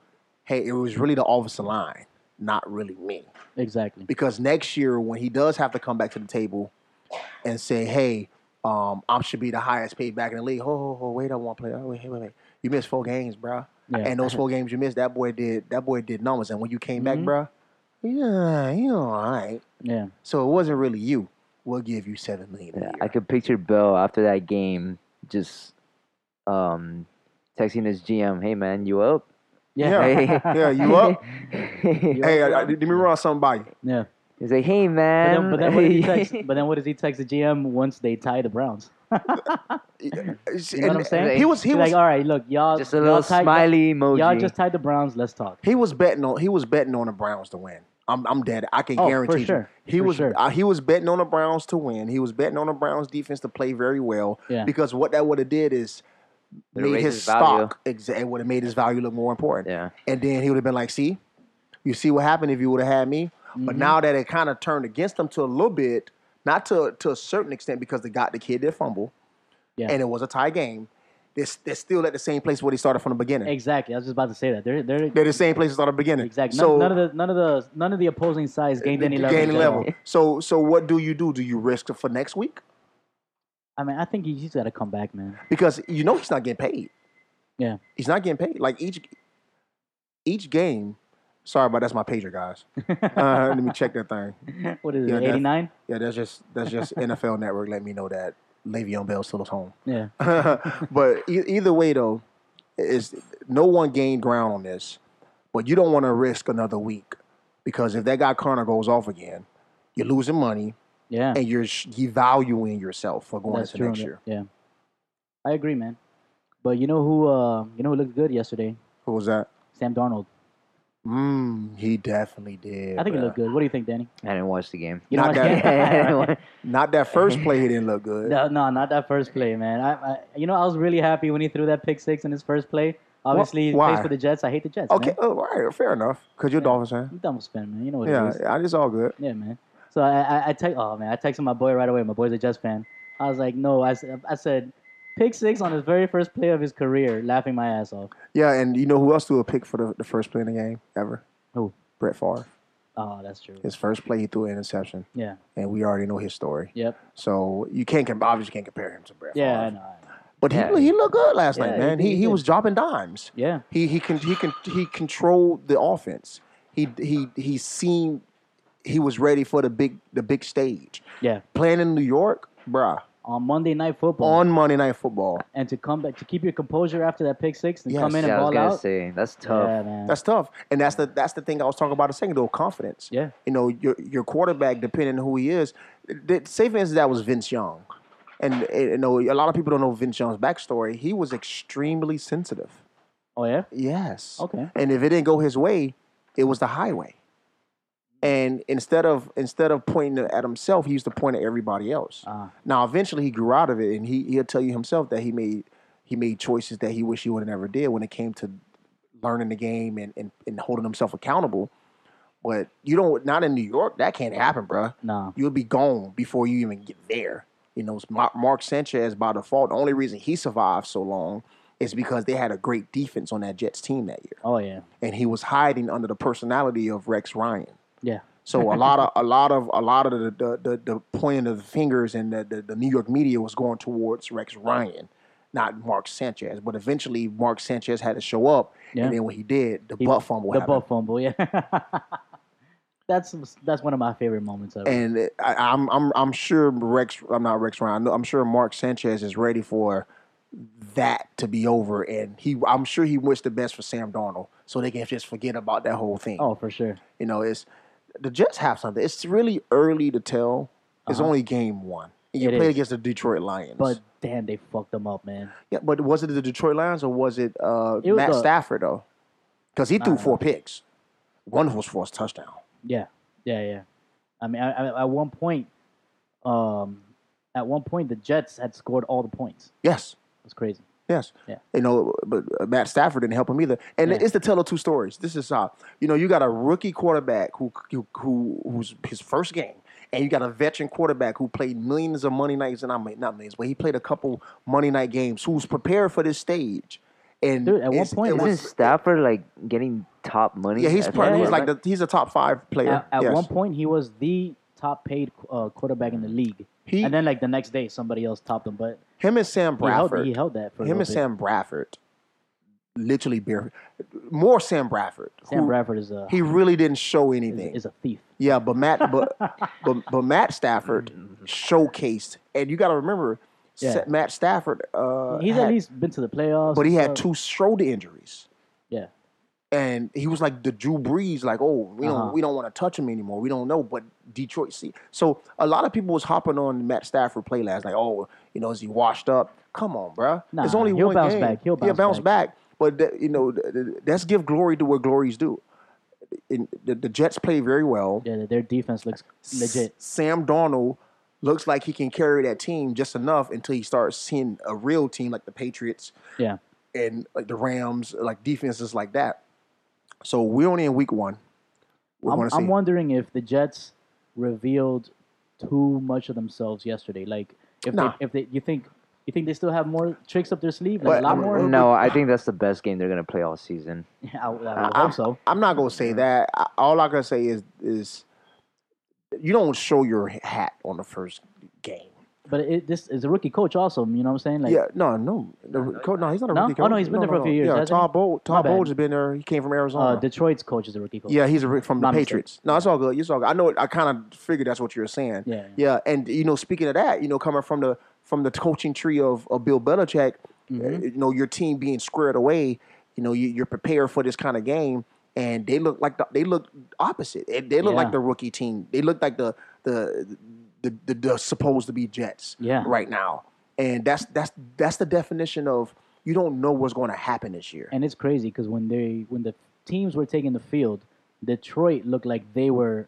Speaker 3: Hey, it was really the office line, not really me
Speaker 4: Exactly.
Speaker 3: because next year when he does have to come back to the table and say, "Hey, um, I should be the highest paid back in the league." Ho ho ho! Wait, I want to play. Oh, wait, wait, wait! You missed four games, bruh.
Speaker 4: Yeah. Mm-hmm.
Speaker 3: And those four games you missed, that boy did. That boy did numbers. And when you came back, bruh, yeah, you know, all right.
Speaker 4: Yeah.
Speaker 3: So it wasn't really you. We'll give you seven million. a
Speaker 5: Yeah,
Speaker 3: year.
Speaker 5: I could picture Bill after that game just um, texting his GM, "Hey man, you up?
Speaker 3: Yeah.
Speaker 5: Hey,
Speaker 3: Yeah, you up?
Speaker 5: hey.
Speaker 3: Hey, I, I, let me run something by you.
Speaker 4: Yeah.
Speaker 5: He's like, "Hey
Speaker 4: But
Speaker 5: man."
Speaker 4: then, but then what does he text? But then what does he text the GM once they tie the Browns? You know what I'm saying?
Speaker 3: He was he
Speaker 4: He's
Speaker 3: was
Speaker 4: like, all right, look, y'all
Speaker 5: just a
Speaker 4: y'all
Speaker 5: little
Speaker 4: tied-
Speaker 5: smiley emoji.
Speaker 4: Y'all just tied the Browns. Let's talk.
Speaker 3: he was betting on he was betting on the Browns to win. I'm I'm dead. I can
Speaker 4: Oh, for
Speaker 3: guarantee
Speaker 4: sure.
Speaker 3: you. He
Speaker 4: For
Speaker 3: was
Speaker 4: sure.
Speaker 3: uh, he was betting on the Browns to win. He was betting on the Browns defense to play very well.
Speaker 4: Yeah.
Speaker 3: Because what that would have did is
Speaker 5: It
Speaker 3: made
Speaker 5: raised
Speaker 3: his
Speaker 5: his value.
Speaker 3: stock exactly would have made his value look more important.
Speaker 5: yeah.
Speaker 3: And then he would have been like, see, you see what happened if you would have had me. But
Speaker 4: Mm-hmm.
Speaker 3: now that it kind of turned against them to a little bit, not to to a certain extent because they got the kid that fumble,
Speaker 4: Yeah.
Speaker 3: and it was a tie game. They're, s- they're still at the same place where they started from the beginning.
Speaker 4: Exactly. I was just about to say that. They're they're
Speaker 3: They're the same place they started from the beginning.
Speaker 4: exactly.
Speaker 3: So
Speaker 4: None, none of the none of the none of the opposing sides gained any
Speaker 3: gain
Speaker 4: leverage. at all.
Speaker 3: level. So so what do you do? Do you risk it for next week?
Speaker 4: I mean, I think he- he's got to come back, man.
Speaker 3: Because you know he's not getting paid.
Speaker 4: Yeah.
Speaker 3: He's not getting paid. Like each each game. Sorry about that's my pager, guys. Uh, let me check that thing.
Speaker 4: What is
Speaker 3: Yeah,
Speaker 4: it?
Speaker 3: that's-
Speaker 4: Eighty nine.
Speaker 3: Yeah, that's just that's just NFL Network letting me know that Le'Veon Bell still is home.
Speaker 4: Yeah.
Speaker 3: but e- either way, though, is no one gained ground on this. But you don't want to risk another week because if that guy Connor goes off again, you're losing money
Speaker 4: Yeah.
Speaker 3: and you're sh- devaluing yourself for going
Speaker 4: That's
Speaker 3: into
Speaker 4: true.
Speaker 3: next
Speaker 4: yeah.
Speaker 3: year.
Speaker 4: Yeah. I agree, man. But you know who? Uh, you know who looked good yesterday?
Speaker 3: Who was that?
Speaker 4: Sam Darnold.
Speaker 3: Mm, he definitely did.
Speaker 4: I think he
Speaker 3: bruh.
Speaker 4: looked good. What do you think, Danny?
Speaker 5: I didn't watch the game.
Speaker 4: You know
Speaker 3: Not
Speaker 4: what I'm
Speaker 3: that-
Speaker 4: saying?
Speaker 3: Not that first play, he didn't look good.
Speaker 4: No, no, not that first play, man. I, I, you know, I was really happy when he threw that pick six in his first play. Obviously, he
Speaker 3: why?
Speaker 4: plays for the Jets. I hate the Jets.
Speaker 3: okay,
Speaker 4: man.
Speaker 3: oh, all right, fair enough. Cause you're a Dolphins fan.
Speaker 4: I'm dumb spin, man. You know what
Speaker 3: Yeah,
Speaker 4: it is.
Speaker 3: I- it's all good.
Speaker 4: Yeah, man. So I, I, I text. Oh man, I texted my boy right away. My boy's a Jets fan. I was like, no, I, s- I said, pick six on his very first play of his career, laughing my ass off.
Speaker 3: Yeah, and you know who else threw a pick for the, the first play in the game ever?
Speaker 4: Who?
Speaker 3: Brett Favre.
Speaker 4: Oh, that's true.
Speaker 3: His first play, he threw an interception,
Speaker 4: Yeah.
Speaker 3: and we already know his story.
Speaker 4: Yep.
Speaker 3: So you can't com- obviously can't compare him to Brett.
Speaker 4: Yeah,
Speaker 3: Favre.
Speaker 4: I know. I know.
Speaker 3: but he
Speaker 5: Yeah.
Speaker 3: he looked good last
Speaker 4: Yeah,
Speaker 3: night,
Speaker 4: he
Speaker 3: man.
Speaker 4: did,
Speaker 3: He
Speaker 4: he
Speaker 3: he,
Speaker 4: did.
Speaker 3: was dropping dimes.
Speaker 4: Yeah.
Speaker 3: He he can he can he controlled the offense. He he he seemed he was ready for the big the big stage.
Speaker 4: Yeah.
Speaker 3: Playing in New York, bruh,
Speaker 4: On Monday Night Football,
Speaker 3: on Monday Night Football.
Speaker 4: and to come back to keep your composure after that pick six and
Speaker 3: Yes.
Speaker 4: come in
Speaker 5: Yeah, I
Speaker 4: and ball
Speaker 5: was gonna
Speaker 4: out.
Speaker 5: say that's tough.
Speaker 4: yeah, man.
Speaker 3: That's tough, and that's the that's the thing I was talking about a second ago. Confidence.
Speaker 4: Yeah.
Speaker 3: You know, your your quarterback, depending on who he is. The, say for instance, that was Vince Young, and eh, you know a lot of people don't know Vince Young's backstory. He was extremely sensitive.
Speaker 4: Oh yeah.
Speaker 3: Yes.
Speaker 4: Okay.
Speaker 3: And if it didn't go his way, it was the highway. And instead of instead of pointing at himself, he used to point at everybody else.
Speaker 4: Ah.
Speaker 3: Now, eventually, he grew out of it, and he he'll tell you himself that he made he made choices that he wished he would have never did when it came to learning the game and, and, and holding himself accountable. But you don't not in New York that can't happen, bruh.
Speaker 4: Nah.
Speaker 3: You'll be gone before you even get there. You know, Ma- Mark Sanchez by default. The only reason he survived so long is because they had a great defense on that Jets team that year,
Speaker 4: Oh yeah.
Speaker 3: and he was hiding under the personality of Rex Ryan.
Speaker 4: Yeah.
Speaker 3: So a lot of a lot of a lot of the the, the, the pointing of the fingers and the, the the New York media was going towards Rex Ryan, not Mark Sanchez. But eventually, Mark Sanchez had to show up,
Speaker 4: Yeah.
Speaker 3: and then when he did, the
Speaker 4: He-
Speaker 3: butt fumble
Speaker 4: The
Speaker 3: happened.
Speaker 4: butt fumble. Yeah. that's that's one of my favorite moments ever.
Speaker 3: And eh, I, I'm I'm I'm sure Rex. I'm not Rex Ryan. no, I'm sure Mark Sanchez is ready for that to be over, and he. I'm sure he wished the best for Sam Darnold, so they can just forget about that whole thing.
Speaker 4: oh, for sure.
Speaker 3: You know, it's the Jets have something. It's really early to tell. It's
Speaker 4: Uh-huh.
Speaker 3: only game one. And you
Speaker 4: It
Speaker 3: played
Speaker 4: is.
Speaker 3: against the Detroit Lions.
Speaker 4: But damn, they fucked them up, man.
Speaker 3: yeah, but was it the Detroit Lions or was it, uh,
Speaker 4: It was
Speaker 3: Matt
Speaker 4: the-
Speaker 3: Stafford though? Because he threw four picks. One was for a touchdown.
Speaker 4: Yeah, yeah, yeah. I mean, I, I, at one point, um, at one point, the Jets had scored all the points.
Speaker 3: Yes.
Speaker 4: It was crazy.
Speaker 3: Yes.
Speaker 4: Yeah.
Speaker 3: You know, but uh, Matt Stafford didn't help him either. And
Speaker 4: Yeah.
Speaker 3: it's the tell of two stories. This is how you know you got a rookie quarterback who who who- who's his first game, and you got a veteran quarterback who played millions of Monday nights and I mean not millions, but he played a couple Monday night games. Who's prepared for this stage? And
Speaker 4: Dude, at one
Speaker 3: it's-
Speaker 4: point,
Speaker 3: it
Speaker 4: Matt-
Speaker 5: Isn't
Speaker 3: was-
Speaker 5: Stafford like getting top money?
Speaker 3: yeah, he's
Speaker 5: at
Speaker 3: probably
Speaker 5: that
Speaker 4: yeah,
Speaker 3: he's
Speaker 5: point?
Speaker 3: like the, he's a top five player.
Speaker 4: At, at
Speaker 3: Yes.
Speaker 4: one point, he was the top paid uh, quarterback in the league.
Speaker 3: He-
Speaker 4: and then like the next day, somebody else topped him. But
Speaker 3: him and Sam
Speaker 4: he held,
Speaker 3: Bradford,
Speaker 4: he held that for a
Speaker 3: him
Speaker 4: little
Speaker 3: and
Speaker 4: bit.
Speaker 3: Sam Bradford literally bare. More Sam Bradford.
Speaker 4: Sam
Speaker 3: who-
Speaker 4: Bradford is a
Speaker 3: He really didn't show anything.
Speaker 4: is a thief.
Speaker 3: Yeah, but Matt, but, but but Matt Stafford showcased, and you got to remember,
Speaker 4: Mm-hmm. Yeah.
Speaker 3: Sa- Matt Stafford. Uh,
Speaker 4: He's
Speaker 3: had-
Speaker 4: at least been to the playoffs.
Speaker 3: but he
Speaker 4: and
Speaker 3: had
Speaker 4: stuff.
Speaker 3: two shoulder injuries,
Speaker 4: Yeah,
Speaker 3: and he was like the Drew Brees, like, oh, we
Speaker 4: Uh-huh.
Speaker 3: don't we don't want to touch him anymore. We don't know, but Detroit. See, so a lot of people was hopping on Matt Stafford play last, like, oh, you know, is he washed up? Come on, bruh.
Speaker 4: Nah,
Speaker 3: it's only
Speaker 4: he'll
Speaker 3: one
Speaker 4: bounce
Speaker 3: game.
Speaker 4: back. He'll bounce
Speaker 3: back. But that, you know, th- th- that's give glory to where glories due. In, the, the Jets play very well.
Speaker 4: yeah. Their defense looks legit.
Speaker 3: Sam Darnold looks like he can carry that team just enough until he starts seeing a real team like the Patriots
Speaker 4: Yeah,
Speaker 3: and like the Rams, like defenses like that. So we're only in week one. We're
Speaker 4: I'm,
Speaker 3: going to see.
Speaker 4: I'm wondering if the Jets revealed too much of themselves yesterday. Like, if
Speaker 3: Nah.
Speaker 4: they, if they, you think you think they still have more tricks up their sleeve, like
Speaker 3: But
Speaker 4: a lot
Speaker 3: I'm-
Speaker 4: more.
Speaker 5: No, I think that's the best game they're gonna play all season.
Speaker 4: I, would- I would
Speaker 3: I'm,
Speaker 4: hope so.
Speaker 3: I'm not going to say that. I, all I can say is is you don't show your hat on the first game.
Speaker 4: But it, this is a rookie coach, also. You know what I'm saying? Like,
Speaker 3: yeah, no, no, the, co- no, he's not a
Speaker 4: No?
Speaker 3: rookie
Speaker 4: Oh,
Speaker 3: coach.
Speaker 4: no, he's been there for a few years,
Speaker 3: Yeah,
Speaker 4: hasn't he?
Speaker 3: Todd Bowles, Todd
Speaker 4: bad.
Speaker 3: Bowles has been there. He came from Arizona.
Speaker 4: uh, Detroit's coach is a rookie coach.
Speaker 3: Yeah, he's a, re- from the
Speaker 4: My mistake.
Speaker 3: Patriots. No, it's all good. It's all good. I know. I kind of figured that's what you were saying.
Speaker 4: Yeah,
Speaker 3: Yeah, and you know, speaking of that, you know, coming from the from the coaching tree of, of Bill Belichick,
Speaker 4: Mm-hmm.
Speaker 3: uh, you know, your team being squared away, you know, you, you're prepared for this kind of game, and they look like the, they look opposite. They they look
Speaker 4: Yeah.
Speaker 3: like the rookie team. They look like the the the, the, the supposed to be Jets.
Speaker 4: Yeah.
Speaker 3: right now, and that's that's that's the definition of you don't know what's going to happen this year.
Speaker 4: and it's crazy because when they when the teams were taking the field, Detroit looked like they were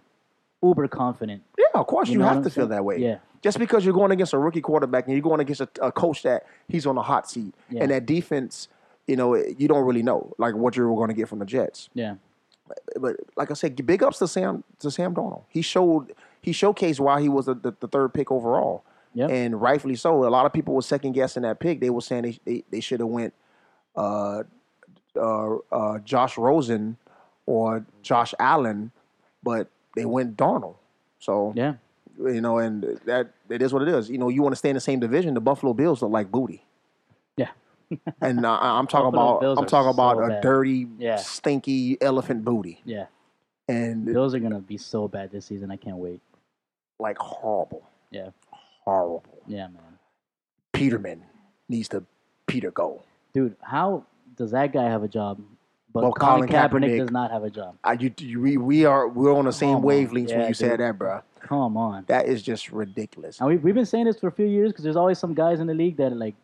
Speaker 4: uber confident.
Speaker 3: Yeah, of course
Speaker 4: You
Speaker 3: you,
Speaker 4: know what
Speaker 3: have
Speaker 4: I'm
Speaker 3: to feel
Speaker 4: saying?
Speaker 3: that way.
Speaker 4: Yeah.
Speaker 3: Just because you're going against a rookie quarterback and you're going against a, a coach that he's on the hot seat
Speaker 4: Yeah.
Speaker 3: and that defense, you know, you don't really know like what you're going to get from the Jets.
Speaker 4: Yeah,
Speaker 3: But like I said, big ups to Sam to Sam Donald. He showed he showcased why he was the, the, the third pick overall.
Speaker 4: Yep.
Speaker 3: And rightfully so. A lot of people were second guessing that pick. They were saying they they, they should have went uh, uh, uh, Josh Rosen or Josh Allen, but they went Donald. So
Speaker 4: yeah.
Speaker 3: you know, and that it is what it is. You know, you want to stay in the same division. The Buffalo Bills look like booty,
Speaker 4: Yeah.
Speaker 3: and uh, I, I'm talking
Speaker 4: Buffalo
Speaker 3: about
Speaker 4: Bills
Speaker 3: I'm
Speaker 4: are
Speaker 3: talking about
Speaker 4: so
Speaker 3: a
Speaker 4: bad.
Speaker 3: dirty,
Speaker 4: Yeah.
Speaker 3: stinky elephant booty,
Speaker 4: Yeah,
Speaker 3: and
Speaker 4: those are gonna be so bad this season. I can't wait.
Speaker 3: like horrible,
Speaker 4: Yeah,
Speaker 3: horrible.
Speaker 4: yeah, man,
Speaker 3: Peterman needs to Peter go.
Speaker 4: dude, how does that guy have a job, but
Speaker 3: Well,
Speaker 4: Colin,
Speaker 3: Colin
Speaker 4: Kaepernick,
Speaker 3: Kaepernick-
Speaker 4: does not have a job?
Speaker 3: I, you, you, we, we are we're on the same
Speaker 4: on.
Speaker 3: wavelengths
Speaker 4: Yeah,
Speaker 3: when you
Speaker 4: dude.
Speaker 3: said that, bro.
Speaker 4: Come on,
Speaker 3: That is just ridiculous.
Speaker 4: and we've we've been saying this for a few years because there's always some guys in the league that like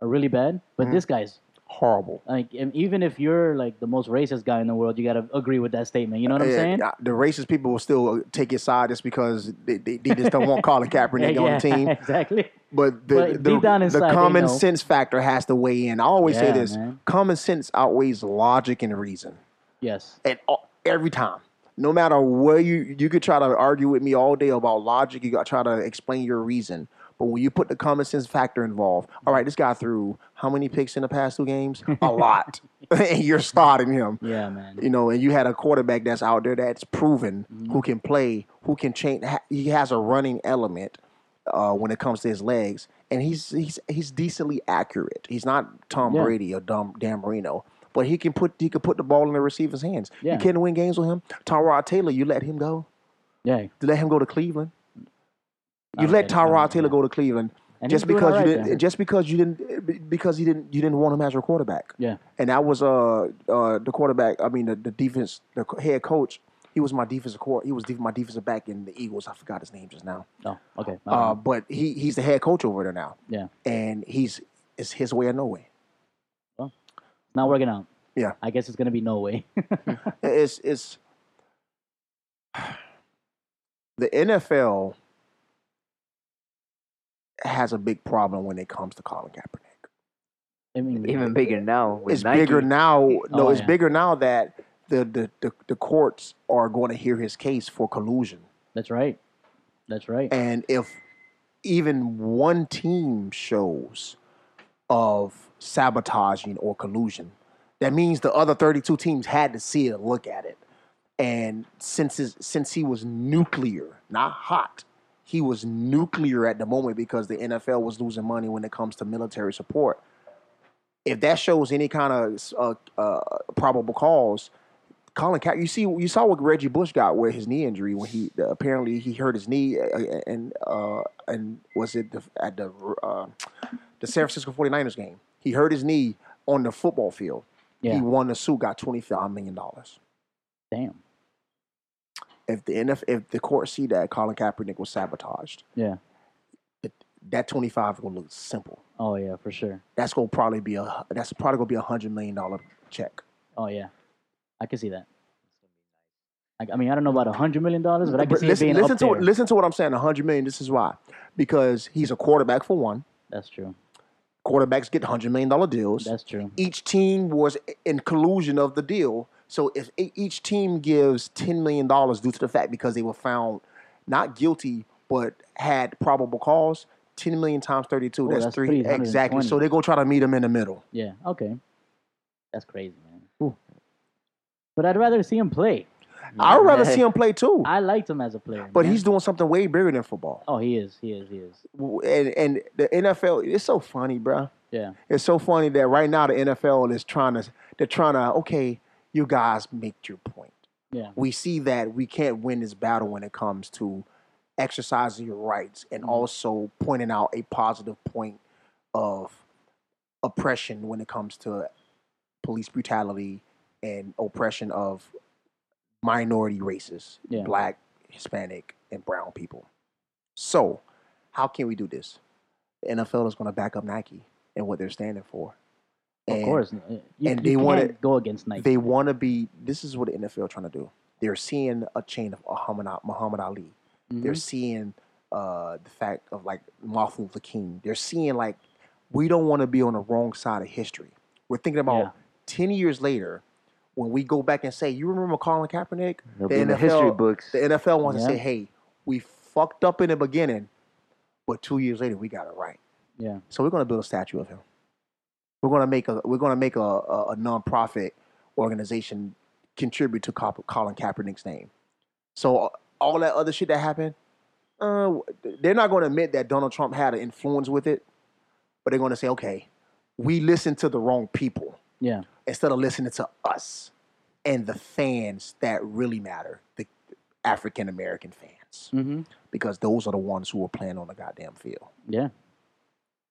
Speaker 4: are really bad, but
Speaker 3: Mm-hmm.
Speaker 4: this guy's
Speaker 3: Horrible.
Speaker 4: like, and even if you're like the most racist guy in the world, you gotta agree with that statement. You know what I'm
Speaker 3: Yeah,
Speaker 4: saying?
Speaker 3: yeah, Eh, the racist people will still uh, take his side just because they, they, they just don't want Colin Kaepernick on the team.
Speaker 4: exactly.
Speaker 3: But the,
Speaker 4: But
Speaker 3: the,
Speaker 4: deep down
Speaker 3: the
Speaker 4: inside, they
Speaker 3: common
Speaker 4: know.
Speaker 3: sense factor has to weigh in. I always
Speaker 4: Yeah,
Speaker 3: say this:
Speaker 4: man.
Speaker 3: common sense outweighs logic and reason,
Speaker 4: Yes.
Speaker 3: and all, every time. No matter where you you could try to argue with me all day about logic, you got to try to explain your reason. But when you put the common sense factor involved, all right, this guy threw how many picks in the past two games? A lot, and you're starting him.
Speaker 4: Yeah, man.
Speaker 3: You know, and you had a quarterback that's out there that's proven
Speaker 4: Mm-hmm.
Speaker 3: who can play, who can change. ha- He has a running element uh, when it comes to his legs, and he's he's he's decently accurate. He's not Tom
Speaker 4: Yeah.
Speaker 3: Brady or Dom, Dan Marino, but he can put he can put the ball in the receiver's hands.
Speaker 4: Yeah.
Speaker 3: You can't win games with him. Tyrod Taylor, you let him go.
Speaker 4: Yeah.
Speaker 3: You let him go to Cleveland.
Speaker 4: I
Speaker 3: You
Speaker 4: don't
Speaker 3: let
Speaker 4: get it. I don't
Speaker 3: Tyrod
Speaker 4: get
Speaker 3: Taylor
Speaker 4: it.
Speaker 3: go to Cleveland
Speaker 4: And he's
Speaker 3: just
Speaker 4: doing
Speaker 3: because
Speaker 4: all right
Speaker 3: you didn't
Speaker 4: there.
Speaker 3: just because you didn't because he didn't you didn't want him as your quarterback
Speaker 4: Yeah.
Speaker 3: and that was uh, uh the quarterback. I mean the, the defense, the co- head coach. He was my defensive court. He was def- my defensive back in the Eagles. I forgot his name just now.
Speaker 4: Oh, okay. My
Speaker 3: Uh,
Speaker 4: bad.
Speaker 3: but he he's the head coach over there now,
Speaker 4: yeah.
Speaker 3: and he's it's his way or no way.
Speaker 4: Not working out.
Speaker 3: Yeah,
Speaker 4: I guess it's gonna be no way.
Speaker 3: it's it's the NFL has a big problem when it comes to Colin Kaepernick.
Speaker 4: I mean,
Speaker 5: Even bigger now. With
Speaker 3: it's
Speaker 5: Nike.
Speaker 3: bigger now. No,
Speaker 4: Oh,
Speaker 3: it's
Speaker 4: yeah.
Speaker 3: bigger now that the, the the the courts are going to hear his case for collusion.
Speaker 4: that's right. That's right.
Speaker 3: And if even one team shows of sabotaging or collusion, that means the other 32 teams had to see it, look at it. And since his, since he was nuclear, not hot, he was nuclear at the moment because the NFL was losing money when it comes to military support. if that shows any kind of uh, uh, probable cause, Colin Kaepernick, you see, you saw what Reggie Bush got with his knee injury when he uh, apparently he hurt his knee uh, and uh, and was it the, at the uh, the San Francisco 49ers game? He hurt his knee on the football field.
Speaker 4: Yeah.
Speaker 3: He won the suit, got twenty five million dollars.
Speaker 4: Damn.
Speaker 3: If the NF, if the court see that Colin Kaepernick was sabotaged,
Speaker 4: Yeah.
Speaker 3: it, that twenty five will look simple.
Speaker 4: Oh yeah, for sure.
Speaker 3: That's gonna probably be a that's probably gonna be a hundred million dollar check.
Speaker 4: Oh yeah, I can see that. I, I mean, I don't know about a hundred million dollars, but I can
Speaker 3: But
Speaker 4: see
Speaker 3: listen,
Speaker 4: it being
Speaker 3: listen
Speaker 4: up
Speaker 3: to
Speaker 4: there.
Speaker 3: listen to what I'm saying. A hundred million. This is why, because he's a quarterback for one.
Speaker 4: That's true.
Speaker 3: Quarterbacks get hundred million dollar deals.
Speaker 4: That's true.
Speaker 3: each team was in collusion of the deal. So if e- each team gives ten million dollars due to the fact because they were found not guilty but had probable cause, ten million times thirty-two,
Speaker 4: Oh,
Speaker 3: that's,
Speaker 4: that's
Speaker 3: three exactly.
Speaker 4: 320.
Speaker 3: So they go try to meet him in the middle.
Speaker 4: Yeah. Okay. That's crazy, man. Ooh. But I'd rather see him play.
Speaker 3: I would rather see him play too,
Speaker 4: I liked him as a player.
Speaker 3: but
Speaker 4: man.
Speaker 3: he's doing something way bigger than football.
Speaker 4: Oh, he is. He is. He is.
Speaker 3: W- And and the NFL, it's so funny, bruh.
Speaker 4: Yeah.
Speaker 3: It's so funny that right now the NFL is trying to they're trying to okay, you guys make your point.
Speaker 4: Yeah.
Speaker 3: we see that we can't win this battle when it comes to exercising your rights
Speaker 4: Mm-hmm.
Speaker 3: and also pointing out a positive point of oppression when it comes to police brutality and oppression of minority races
Speaker 4: Yeah.
Speaker 3: black hispanic and brown people so how can we do this the nfl is going to back up nike and what they're standing for
Speaker 4: Of
Speaker 3: And
Speaker 4: course. You,
Speaker 3: and
Speaker 4: you
Speaker 3: they wanna-
Speaker 4: can't go against Nike.
Speaker 3: they want to be. This is what the NFL trying to do. They're seeing a chain of Muhammad, Muhammad Ali.
Speaker 4: Mhm.
Speaker 5: Mm-hmm.
Speaker 3: They're seeing uh, the fact of like Martin Luther King. They're seeing like we don't want to be on the wrong side of history. We're thinking about
Speaker 4: Yeah.
Speaker 3: ten years later when we go back and say, "You remember Colin Kaepernick?"
Speaker 5: It'll be in the history books.
Speaker 3: The NFL wants
Speaker 4: Yeah.
Speaker 3: to say, "Hey, we fucked up in the beginning, but two years later we got it right."
Speaker 4: Yeah.
Speaker 3: So we're gonna build a statue of him. We're gonna make a we're gonna make a, a, a nonprofit organization contribute to Cop- Colin Kaepernick's name. So uh, all that other shit that happened, uh, they're not gonna admit that Donald Trump had an influence with it, but they're gonna say, okay, we listened to the wrong people
Speaker 4: Yeah.
Speaker 3: instead of listening to us and the fans that really matter, the African American fans,
Speaker 4: Mm-hmm.
Speaker 3: because those are the ones who were playing on the goddamn field.
Speaker 4: Yeah.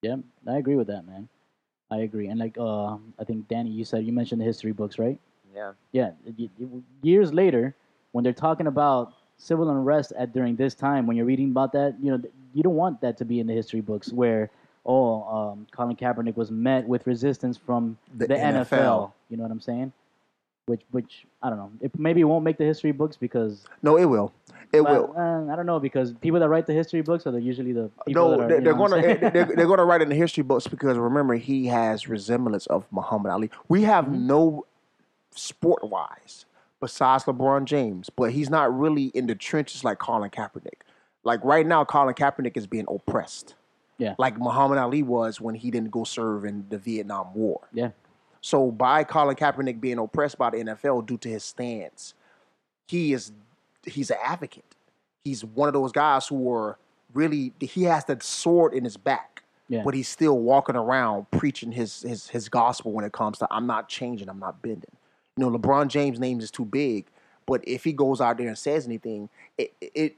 Speaker 4: Yeah. I agree with that, man. I agree. And like, uh, I think Danny, you said you mentioned the history books, right?
Speaker 5: Yeah.
Speaker 4: Yeah, y- y- years later, when they're talking about civil unrest at during this time, when you're reading about that, you know, th- you don't want that to be in the history books where oh, um, Colin Kaepernick was met with resistance from the,
Speaker 3: The
Speaker 4: NFL.
Speaker 3: NFL.
Speaker 4: You know what I'm saying? Which, which I don't know. It maybe it won't make the history books because
Speaker 3: No, it will. It will.
Speaker 4: well, uh, I don't know because people that write the history books are the, usually the people
Speaker 3: No,
Speaker 4: that are,
Speaker 3: they're,
Speaker 4: you
Speaker 3: they're
Speaker 4: know what
Speaker 3: going
Speaker 4: I'm
Speaker 3: to
Speaker 4: saying?
Speaker 3: they're, they're going to write in the history books because remember he has resemblance of Muhammad Ali. We have
Speaker 4: Mm-hmm.
Speaker 3: no sport wise besides LeBron James, but he's not really in the trenches like Colin Kaepernick. Like right now, Colin Kaepernick is being oppressed.
Speaker 4: Yeah.
Speaker 3: like Muhammad Ali was when he didn't go serve in the Vietnam War.
Speaker 4: yeah,
Speaker 3: So by Colin Kaepernick being oppressed by the NFL due to his stance, he is he's an advocate. He's one of those guys who are really he has that sword in his back,
Speaker 4: Yeah.
Speaker 3: but he's still walking around preaching his his his gospel when it comes to I'm not changing, I'm not bending. You know, LeBron James' name is too big, but if he goes out there and says anything, it it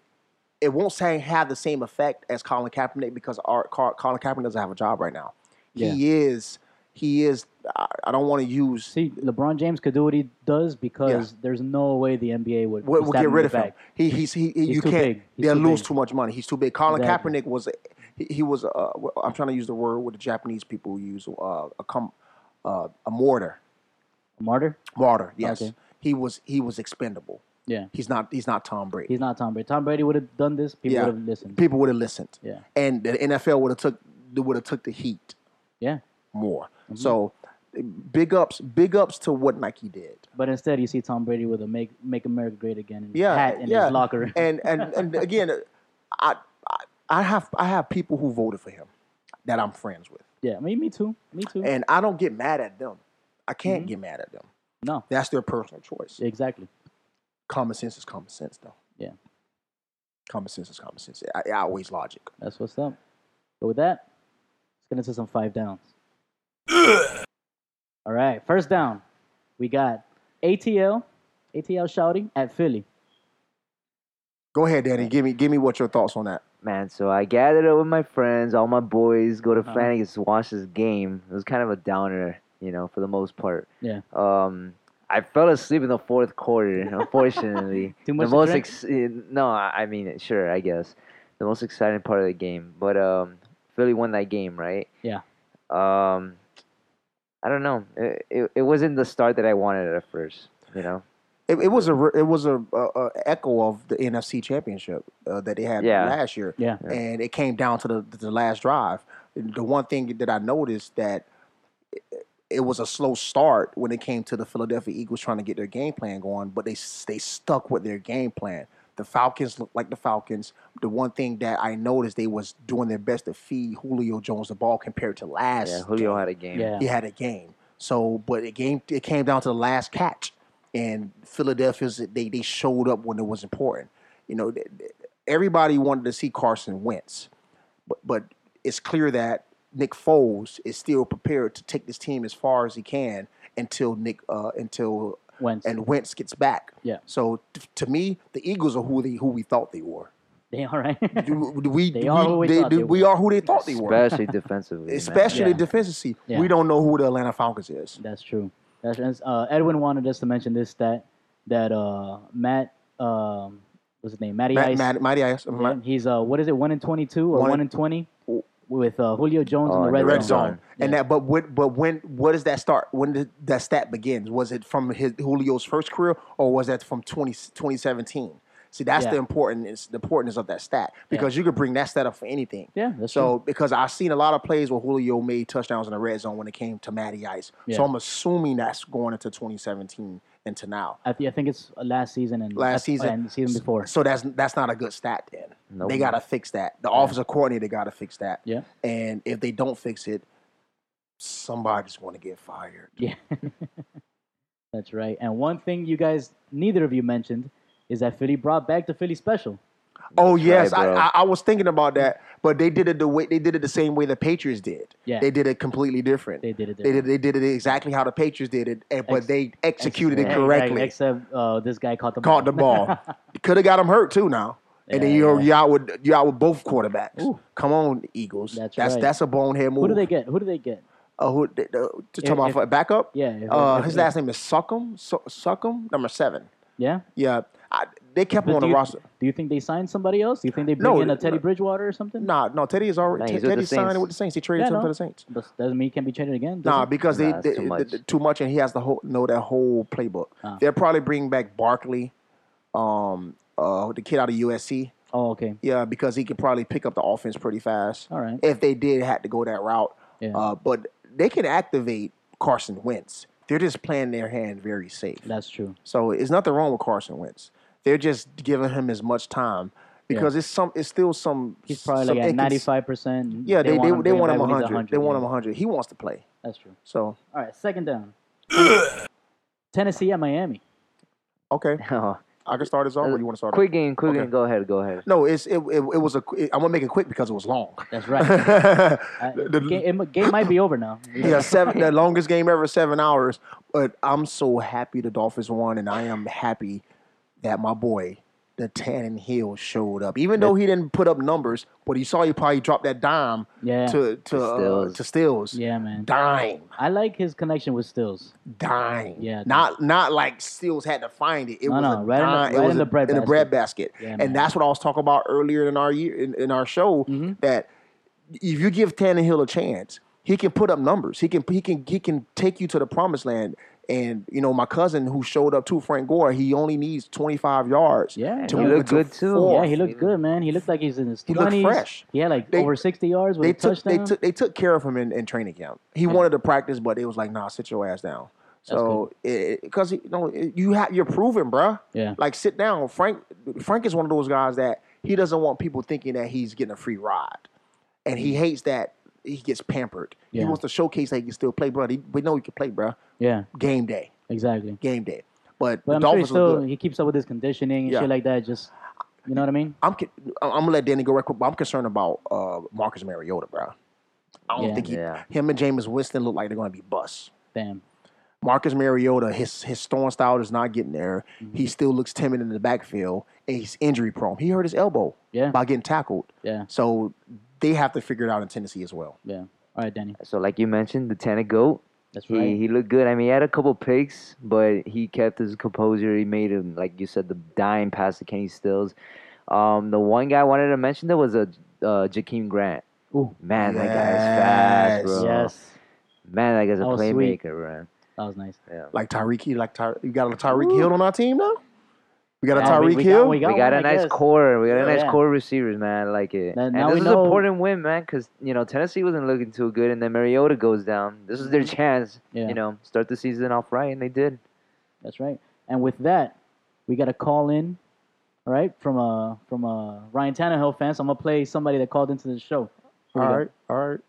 Speaker 3: it won't say have the same effect as Colin Kaepernick because our, Car- Colin Kaepernick doesn't have a job right now. He is he is. I, I don't want to use
Speaker 4: see, LeBron James could do what he does because there's no way the NBA would
Speaker 3: We'll, we'll
Speaker 4: stab
Speaker 3: get
Speaker 4: in
Speaker 3: rid
Speaker 4: the
Speaker 3: of him.
Speaker 4: back.
Speaker 3: He, he's he, he-
Speaker 4: He's
Speaker 3: you
Speaker 4: too
Speaker 3: can't.
Speaker 4: big. He's
Speaker 3: They'll
Speaker 4: too
Speaker 3: lose
Speaker 4: big.
Speaker 3: too much money. He's too big. Colin
Speaker 4: Exactly.
Speaker 3: Kaepernick was he, he was. Uh, I'm trying to use the word what the Japanese people use. Uh, a com, uh, a mortar,
Speaker 4: Martyr?
Speaker 3: martyr. Yes,
Speaker 4: Okay.
Speaker 3: he was he was expendable.
Speaker 4: Yeah.
Speaker 3: He's not he's not Tom Brady.
Speaker 4: He's not Tom Brady. Tom Brady would have done this. People
Speaker 3: Yeah.
Speaker 4: would have listened.
Speaker 3: people would have listened.
Speaker 4: Yeah.
Speaker 3: and the NFL would have took would have took the heat
Speaker 4: Yeah.
Speaker 3: more.
Speaker 4: Mm-hmm.
Speaker 3: So big ups big ups to what Nike did.
Speaker 4: But instead, you see Tom Brady with a "Make Make America Great Again"
Speaker 3: yeah,
Speaker 4: hat in
Speaker 3: yeah.
Speaker 4: his locker. room.
Speaker 3: And and and again, I, I I have I have people who voted for him that I'm friends with,
Speaker 4: yeah, me, me too. Me too.
Speaker 3: and I don't get mad at them. I can't
Speaker 4: Mm-hmm.
Speaker 3: get mad at them.
Speaker 4: no,
Speaker 3: That's their personal choice.
Speaker 4: exactly.
Speaker 3: Common sense is common sense, though.
Speaker 4: Yeah.
Speaker 3: Common sense is common sense. I, I always logic.
Speaker 4: That's what's up. But with that, let's get into some five downs. All right, first down. We got ATL, ATL shouting at Philly.
Speaker 3: Go ahead, Danny. Give me give me what your thoughts on that.
Speaker 5: Man, so I gathered up with my friends, all my boys, go to
Speaker 4: Uh-huh.
Speaker 5: Flanagan's to watch this game. It was kind of a downer, you know, for the most part.
Speaker 4: Yeah.
Speaker 5: Um, I fell asleep in the fourth quarter, unfortunately.
Speaker 4: Too much
Speaker 5: the
Speaker 4: to
Speaker 5: most
Speaker 4: drink?
Speaker 5: ex- eh, no, I I mean, sure, I guess. The most exciting part of the game. But um, Philly won that game, right?
Speaker 4: Yeah.
Speaker 5: Um, I don't know. It, it, it wasn't the start that I wanted at first, you know?
Speaker 3: It, it was a re- it was a, a, a echo of the NFC Championship uh, that they had
Speaker 5: Yeah.
Speaker 3: last year.
Speaker 4: Yeah.
Speaker 3: and it came down to the, the last drive. The one thing that I noticed that it- it was a slow start when it came to the Philadelphia Eagles trying to get their game plan going, but they they stuck with their game plan. The Falcons looked like the Falcons. The one thing that I noticed they was doing their best to feed Julio Jones the ball compared to last.
Speaker 5: Yeah, Julio
Speaker 3: game
Speaker 5: had a game.
Speaker 4: Yeah.
Speaker 3: he had a game. So, but it game it came down to the last catch, and Philadelphia's they they showed up when it was important. You know, th- th- everybody wanted to see Carson Wentz, but but it's clear that Nick Foles is still prepared to take this team as far as he can until Nick uh, until
Speaker 4: Wentz.
Speaker 3: and Wentz gets back.
Speaker 4: Yeah.
Speaker 3: So t- to me, the Eagles are who they who we thought they were.
Speaker 4: They all right.
Speaker 3: Do- do we,
Speaker 4: They
Speaker 3: do
Speaker 4: are who we thought they
Speaker 3: we
Speaker 4: were.
Speaker 3: are who they thought they were.
Speaker 5: Especially defensively. man.
Speaker 3: Especially
Speaker 4: Yeah.
Speaker 3: defensively,
Speaker 4: Yeah.
Speaker 3: we don't know who the Atlanta Falcons is.
Speaker 4: That's true. That's and, uh, Edwin wanted us to mention this stat that uh, Matt um, what's his name? Matty
Speaker 3: Matt,
Speaker 4: Ice.
Speaker 3: Matt, Matty Ice. uh-huh.
Speaker 4: Yeah, he's uh, what is it? One in twenty-two or
Speaker 3: One
Speaker 4: one,
Speaker 3: in-
Speaker 4: in twenty with uh, Julio Jones
Speaker 5: Oh,
Speaker 4: in the red,
Speaker 3: Red
Speaker 4: zone.
Speaker 3: zone. And
Speaker 4: Yeah.
Speaker 3: that, but when, but when, what does that start? When did that stat begins? Was it from his Julio's first career, or was that from 20, 2017? See, that's
Speaker 4: Yeah.
Speaker 3: the important is the importance of that stat because you could bring that stat up for anything.
Speaker 4: Yeah, that's
Speaker 3: so because I've seen a lot of plays where Julio made touchdowns in the red zone when it came to Matty Ice.
Speaker 4: Yeah.
Speaker 3: So I'm assuming that's going into 2017 into now.
Speaker 4: I, thi- I think it's last season and
Speaker 3: Last season.
Speaker 4: and the season before.
Speaker 3: So that's that's not a good stat then.
Speaker 5: Nope.
Speaker 3: They gotta fix that. The offensive coordinator gotta fix that.
Speaker 4: Yeah.
Speaker 3: And if they don't fix it, somebody's gonna get fired.
Speaker 4: Yeah, that's right. And one thing you guys, neither of you mentioned, is that Philly brought back the Philly special.
Speaker 3: Oh yes,
Speaker 5: right,
Speaker 3: I,
Speaker 5: bro.
Speaker 3: I, I was thinking about that, but they did it the way they did it the same way the Patriots did.
Speaker 4: Yeah.
Speaker 3: They did it completely different.
Speaker 4: They did it
Speaker 3: They did, they did it exactly how the Patriots did it, and, but
Speaker 4: Ex-
Speaker 3: they executed it
Speaker 4: Yeah,
Speaker 3: correctly.
Speaker 4: exactly, Except uh, this guy caught the ball.
Speaker 3: Caught the ball. Could have got him hurt too now. And then
Speaker 4: Yeah,
Speaker 3: you're,
Speaker 4: yeah.
Speaker 3: you're out with you out with both quarterbacks.
Speaker 4: Ooh.
Speaker 3: Come on, Eagles.
Speaker 4: That's
Speaker 3: that's
Speaker 4: right.
Speaker 3: that's a bonehead move.
Speaker 4: Who do they get? Who do they get?
Speaker 3: Uh, who th- th- to talk about
Speaker 4: if-
Speaker 3: for a backup?
Speaker 4: yeah, if-
Speaker 3: uh,
Speaker 4: if-
Speaker 3: his
Speaker 4: if-
Speaker 3: last name is Suckum. Su- Suckum, number seven.
Speaker 4: Yeah.
Speaker 3: Yeah, I, they kept him
Speaker 4: But
Speaker 3: on
Speaker 4: do
Speaker 3: the
Speaker 4: you,
Speaker 3: roster.
Speaker 4: do you think they signed somebody else? Do you think they bring
Speaker 3: No,
Speaker 4: in a
Speaker 3: no.
Speaker 4: Teddy Bridgewater or something?
Speaker 3: Nah, no, Teddy is already.
Speaker 5: Nah, he's
Speaker 3: Te-
Speaker 5: with the
Speaker 3: Teddy signed
Speaker 5: Saints.
Speaker 3: with the Saints. He traded
Speaker 4: Yeah,
Speaker 3: him
Speaker 4: no.
Speaker 3: to the Saints.
Speaker 4: Does- Doesn't mean he can be traded again. does
Speaker 3: Nah,
Speaker 4: it?
Speaker 3: because they,
Speaker 5: Nah, it's
Speaker 3: they-
Speaker 5: too
Speaker 3: they-
Speaker 5: much.
Speaker 3: they- too much, and he has the whole know that whole playbook.
Speaker 4: Ah.
Speaker 3: They'll probably bring back Barkley, um, uh, the kid out of USC.
Speaker 4: Oh, okay.
Speaker 3: Yeah, because he could probably pick up the offense pretty fast.
Speaker 4: All right.
Speaker 3: If they did had to go that route,
Speaker 4: Yeah.
Speaker 3: uh, but they can activate Carson Wentz. They're just playing their hand very safe.
Speaker 4: That's true.
Speaker 3: So it's nothing wrong with Carson Wentz. They're just giving him as much time because it's some. It's still some.
Speaker 4: He's probably
Speaker 3: some
Speaker 4: like at
Speaker 3: incons-
Speaker 4: ninety five percent.
Speaker 3: Yeah, they they, they, want him
Speaker 4: a
Speaker 3: 100. They want him 100. He wants to play.
Speaker 4: That's true.
Speaker 3: So
Speaker 4: All right, second down. Tennessee at Miami.
Speaker 3: okay,
Speaker 5: Oh,
Speaker 3: I can start us off. Or you want to start?
Speaker 5: quick game, quick
Speaker 3: Okay.
Speaker 5: game. Go ahead, go ahead.
Speaker 3: No, it's it, it, it was a. It, I'm gonna make it quick because it was long.
Speaker 4: That's right. Uh,
Speaker 3: The-
Speaker 4: game, it mi- game might be over now.
Speaker 3: Yeah, seven the longest game ever, seven hours. But I'm so happy the Dolphins won, and I am happy that my boy, the Tannen Hill, showed up. Even though he didn't put up numbers, but he saw he probably dropped that dime
Speaker 4: Yeah.
Speaker 3: to to uh,
Speaker 5: Stills.
Speaker 3: to Stills.
Speaker 4: Yeah, man.
Speaker 3: Dime,
Speaker 4: I like his connection with Stills.
Speaker 3: dime.
Speaker 4: Yeah, dude.
Speaker 3: not not like Stills had to find it. It
Speaker 4: No,
Speaker 3: was
Speaker 4: no,
Speaker 3: a
Speaker 4: right in the-
Speaker 3: dime. it
Speaker 4: right
Speaker 3: was
Speaker 4: in
Speaker 3: a-
Speaker 4: the bread
Speaker 3: in the
Speaker 4: basket.
Speaker 3: bread basket.
Speaker 4: Yeah, man.
Speaker 3: and that's what I was talking about earlier in our year in, in our show
Speaker 4: Mm-hmm.
Speaker 3: that if you give Tannehill a chance, he can put up numbers. He can he can he can take you to the promised land. And you know my cousin who showed up too, Frank Gore. He only needs 25 yards.
Speaker 4: Yeah,
Speaker 3: to
Speaker 4: he
Speaker 3: move
Speaker 5: looked
Speaker 3: into
Speaker 5: good, too.
Speaker 3: fourth.
Speaker 4: Yeah, he looked good, man. He looked like he's in his
Speaker 3: He looked
Speaker 4: twenties.
Speaker 3: fresh.
Speaker 4: He had like
Speaker 3: They-
Speaker 4: over sixty yards with
Speaker 3: They
Speaker 4: a
Speaker 3: took they
Speaker 4: touchdown. Mm.
Speaker 3: took they took care of him in, in training camp. He wanted to practice, but it was like, nah, sit your ass down. So because you know it- you have you're proven, bruh.
Speaker 4: Yeah.
Speaker 3: Like sit down. Frank Frank is one of those guys that he doesn't want people thinking that he's getting a free ride, and he hates that he gets pampered. He
Speaker 4: Mm. Yeah.
Speaker 3: wants to showcase that he can still play, bro. He, we know he can play, bruh.
Speaker 4: yeah,
Speaker 3: Game day,
Speaker 4: exactly.
Speaker 3: game day. But,
Speaker 4: But
Speaker 3: the
Speaker 4: I'm sure he
Speaker 3: Dolphins look
Speaker 4: still
Speaker 3: good.
Speaker 4: he keeps up with his conditioning and
Speaker 3: Yeah.
Speaker 4: shit like that. Just you know what I mean?
Speaker 3: I'm con- I'm I'm gonna let Danny go right quick, but I'm concerned about uh, Marcus Mariota, bruh. I don't
Speaker 4: Yeah.
Speaker 3: think he,
Speaker 5: Yeah.
Speaker 3: him and Jameis Winston look like they're gonna be busts.
Speaker 4: Damn.
Speaker 3: Marcus Mariota, his his throwing style is not getting there.
Speaker 4: Mm-hmm.
Speaker 3: He still looks timid in the backfield, and he's injury prone. He hurt his elbow
Speaker 4: Yeah.
Speaker 3: by getting tackled.
Speaker 4: Yeah.
Speaker 3: So they have to figure it out in Tennessee as well.
Speaker 4: Yeah. All right, Danny.
Speaker 5: So like you mentioned, the Tana goat.
Speaker 4: That's
Speaker 5: He,
Speaker 4: right.
Speaker 5: he looked good. I mean, he had a couple picks, but he kept his composure. He made him, like you said, the dime pass to Kenny Stills. Um, the one guy I wanted to mention that was a uh, Jakeem Grant.
Speaker 4: Ooh.
Speaker 5: Man, that guy is fast,
Speaker 3: Yes.
Speaker 5: bro.
Speaker 4: Yes.
Speaker 5: Man, that guy's a
Speaker 4: That was
Speaker 5: playmaker,
Speaker 4: sweet.
Speaker 5: bro.
Speaker 4: That was nice.
Speaker 3: Like Tyreek, Hill, like Ty, you got a Tyreek Hill on our team now. We got a
Speaker 4: Yeah, we-
Speaker 3: Tyreek
Speaker 4: we got-
Speaker 3: Hill.
Speaker 4: we
Speaker 5: we got
Speaker 4: one,
Speaker 5: a
Speaker 4: I
Speaker 5: nice
Speaker 4: guess.
Speaker 5: core. We got a nice
Speaker 4: Yeah.
Speaker 5: core receivers, man. I like it.
Speaker 4: Now-
Speaker 5: and
Speaker 4: now
Speaker 5: this
Speaker 4: we
Speaker 5: is an
Speaker 4: know-
Speaker 5: important win, man, because you know Tennessee wasn't looking too good, and then Mariota goes down. This is their chance.
Speaker 4: Mm-hmm. Yeah.
Speaker 5: You know, start the season off right, and they did.
Speaker 4: That's right. And with that, we got a call in, all right, from a from a Ryan Tannehill fan. So I'm gonna play somebody that called into the show.
Speaker 3: all
Speaker 4: Here we go.
Speaker 3: right, all right.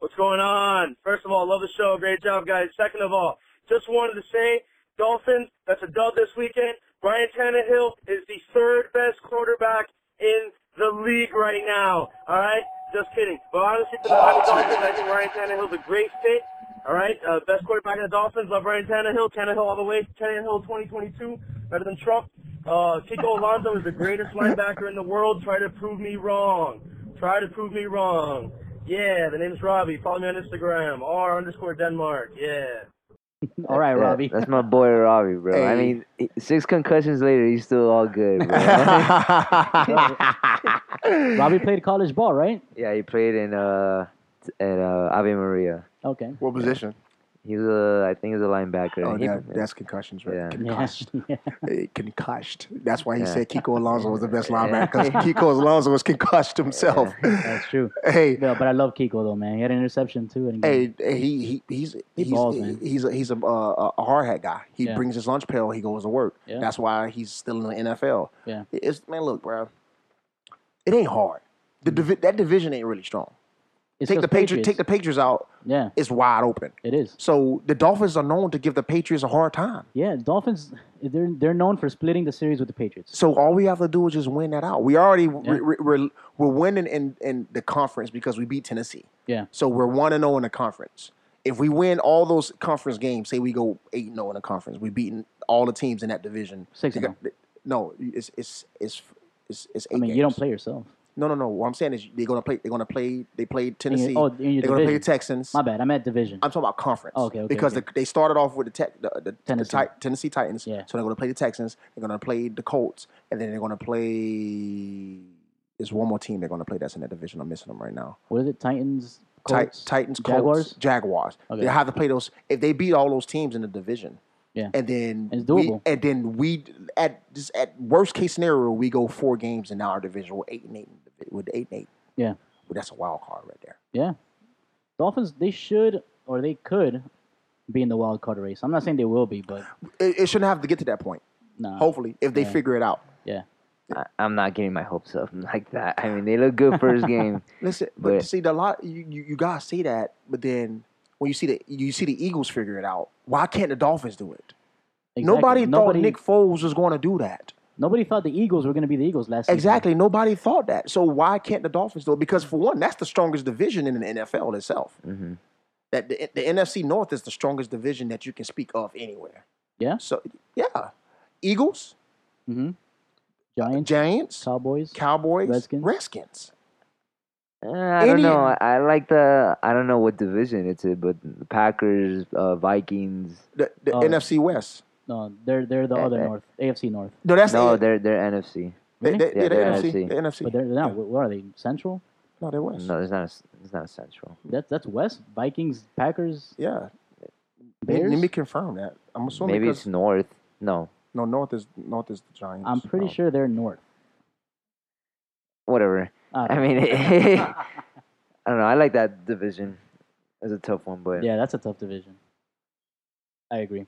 Speaker 7: What's going on? First of all, love the show. Great job, guys. Second of all, just wanted to say, Dolphins, that's a dub this weekend. Brian Tannehill is the third best quarterback in the league right now. All right? Just kidding. But honestly, for the Miami Dolphins, I think Brian Tannehill's a great fit. All right? Uh, best quarterback in the Dolphins. Love Brian Tannehill. Tannehill all the way. Tannehill 2022. Better than Trump. Uh, Kiko Alonso is the greatest linebacker in the world. Try to prove me wrong. Try to prove me wrong. Yeah, the name's Robbie. Follow me on Instagram. R underscore Denmark. Yeah.
Speaker 4: All right,
Speaker 5: Yeah,
Speaker 4: Robbie.
Speaker 5: That's my boy Robbie, bro.
Speaker 3: Hey.
Speaker 5: I mean, he- six concussions later, he's still all good, bro.
Speaker 4: Robbie played college ball, right?
Speaker 5: yeah, he played in uh t- at uh, Ave Maria.
Speaker 4: Okay.
Speaker 3: what position?
Speaker 5: He was a, I think he was a linebacker.
Speaker 3: Oh,
Speaker 5: He-
Speaker 3: that, that's concussions, right?
Speaker 5: Yeah.
Speaker 4: Yeah.
Speaker 3: Concussed.
Speaker 4: yeah.
Speaker 3: Eh, concussed. That's why he
Speaker 5: Yeah.
Speaker 3: said Kiko Alonso was the best
Speaker 5: Yeah.
Speaker 3: linebacker because Kiko Alonso was concussed himself.
Speaker 4: That's true.
Speaker 3: hey,
Speaker 4: Yeah, but I love Kiko though, man. He had an interception too. And
Speaker 3: Hey, eh, he, he he's he's
Speaker 4: balls,
Speaker 3: he-
Speaker 4: man.
Speaker 3: he's a, he's a, uh, a hard hat guy. He
Speaker 4: Yeah.
Speaker 3: brings his lunch pail. He goes to work.
Speaker 4: Yeah.
Speaker 3: That's why he's still in the NFL.
Speaker 4: Yeah.
Speaker 3: it's man, look, bro, it ain't hard. The divi- that division ain't really strong.
Speaker 4: Mm. it's
Speaker 3: take the
Speaker 4: just
Speaker 3: Patriots, take
Speaker 4: Patriots.
Speaker 3: the Patriots out.
Speaker 4: Yeah,
Speaker 3: It's wide open.
Speaker 4: it is.
Speaker 3: So the Dolphins are known to give the Patriots a hard time.
Speaker 4: Yeah, Dolphins. They're they're known for splitting the series with the Patriots.
Speaker 3: So all we have to do is just win that out. We already we're, we're we're winning in in the conference because we beat Tennessee.
Speaker 4: Yeah.
Speaker 3: So we're one and zero in the conference. If we win all those conference games, say we go eight and zero in the conference, we beaten all the teams in that division.
Speaker 4: 6-0.
Speaker 3: No, it's it's it's it's it's eight.
Speaker 4: oh. I mean, you don't play yourself.
Speaker 3: No, no, no. What I'm saying is they're gonna play. They're gonna play. They played Tennessee.
Speaker 4: oh, in your
Speaker 3: they're gonna play
Speaker 4: division.
Speaker 3: Texans.
Speaker 4: My bad. I'm at division.
Speaker 3: I'm talking about conference.
Speaker 4: Oh, okay, okay,
Speaker 3: because
Speaker 4: okay.
Speaker 3: The, they started off with the, tech, the, the,
Speaker 4: Tennessee.
Speaker 3: the Ti- Tennessee Titans.
Speaker 4: Yeah.
Speaker 3: So they're going to play the Texans. They're going to play the Colts, and then they're going to play. There's one more team they're going to play that's in that division. I'm missing them right now.
Speaker 4: What is it? Titans.
Speaker 3: Ti-
Speaker 4: Colts,
Speaker 3: Titans, Colts,
Speaker 4: Jaguars.
Speaker 3: Jaguars.
Speaker 4: Okay.
Speaker 3: They have to play those. If they beat all those teams in the division,
Speaker 4: Yeah.
Speaker 3: and then
Speaker 4: It's
Speaker 3: we-
Speaker 4: doable.
Speaker 3: and then we at just at worst case scenario, we go four games in our division. We're eight and eight. in the divi- With eight and eight.
Speaker 4: Yeah.
Speaker 3: Well, that's a wild card right there.
Speaker 4: Yeah. Dolphins, they should or they could be in the wild card race. I'm not saying they will be, but
Speaker 3: It, it shouldn't have to get to that point.
Speaker 4: nah.
Speaker 3: Hopefully, if they
Speaker 4: Yeah.
Speaker 3: figure it out.
Speaker 4: Yeah.
Speaker 5: I, I'm not getting my hopes up like that. I mean, they look good first game.
Speaker 3: Listen, but,
Speaker 5: But-
Speaker 3: see the lot you, you, you guys see that, but then when you see the you see the Eagles figure it out, why can't the Dolphins do it?
Speaker 4: Exactly.
Speaker 3: Nobody,
Speaker 4: nobody
Speaker 3: thought Nick Foles was going to do that.
Speaker 4: Nobody thought the Eagles were going to be the Eagles last season.
Speaker 3: Exactly, nobody thought that. So why can't the Dolphins do it? Because for one, that's the strongest division in the NFL itself.
Speaker 4: Mm-hmm.
Speaker 3: That the, the NFC North is the strongest division that you can speak of anywhere.
Speaker 4: Yeah.
Speaker 3: So yeah, Eagles,
Speaker 4: Mm-hmm. Giants,
Speaker 3: Giants,
Speaker 4: Cowboys.
Speaker 3: Cowboys,
Speaker 4: Redskins.
Speaker 3: Redskins.
Speaker 5: Uh, I don't
Speaker 3: Any-
Speaker 5: know. I, I like the. I don't know what division it's in, but the Packers, uh, Vikings.
Speaker 3: The, the
Speaker 4: Oh.
Speaker 3: NFC West.
Speaker 4: No, they're they're the
Speaker 5: Eh,
Speaker 4: other
Speaker 5: eh.
Speaker 4: North, AFC North.
Speaker 3: No, that's
Speaker 5: No,
Speaker 3: the,
Speaker 5: they're they're NFC.
Speaker 3: they, they,
Speaker 5: Yeah,
Speaker 3: yeah, the
Speaker 5: they're
Speaker 3: NFC.
Speaker 5: NFC.
Speaker 3: The NFC.
Speaker 4: But they're not. What what are they? Central?
Speaker 3: no, they're West.
Speaker 5: No, there's not. A, s- it's not a Central.
Speaker 4: That's that's West. Vikings, Packers,
Speaker 3: Yeah. Let-
Speaker 4: Bears.
Speaker 3: Let me confirm that. I'm assuming
Speaker 5: Maybe
Speaker 3: 'cause-
Speaker 5: it's North. No,
Speaker 3: no North is North is the Giants. Um,
Speaker 4: I'm pretty
Speaker 3: No.
Speaker 4: sure they're North. Uh,
Speaker 5: whatever.
Speaker 4: I don't
Speaker 5: I mean, I don't know. I like that division. It's a tough one, but
Speaker 4: Yeah, that's a tough division. I agree.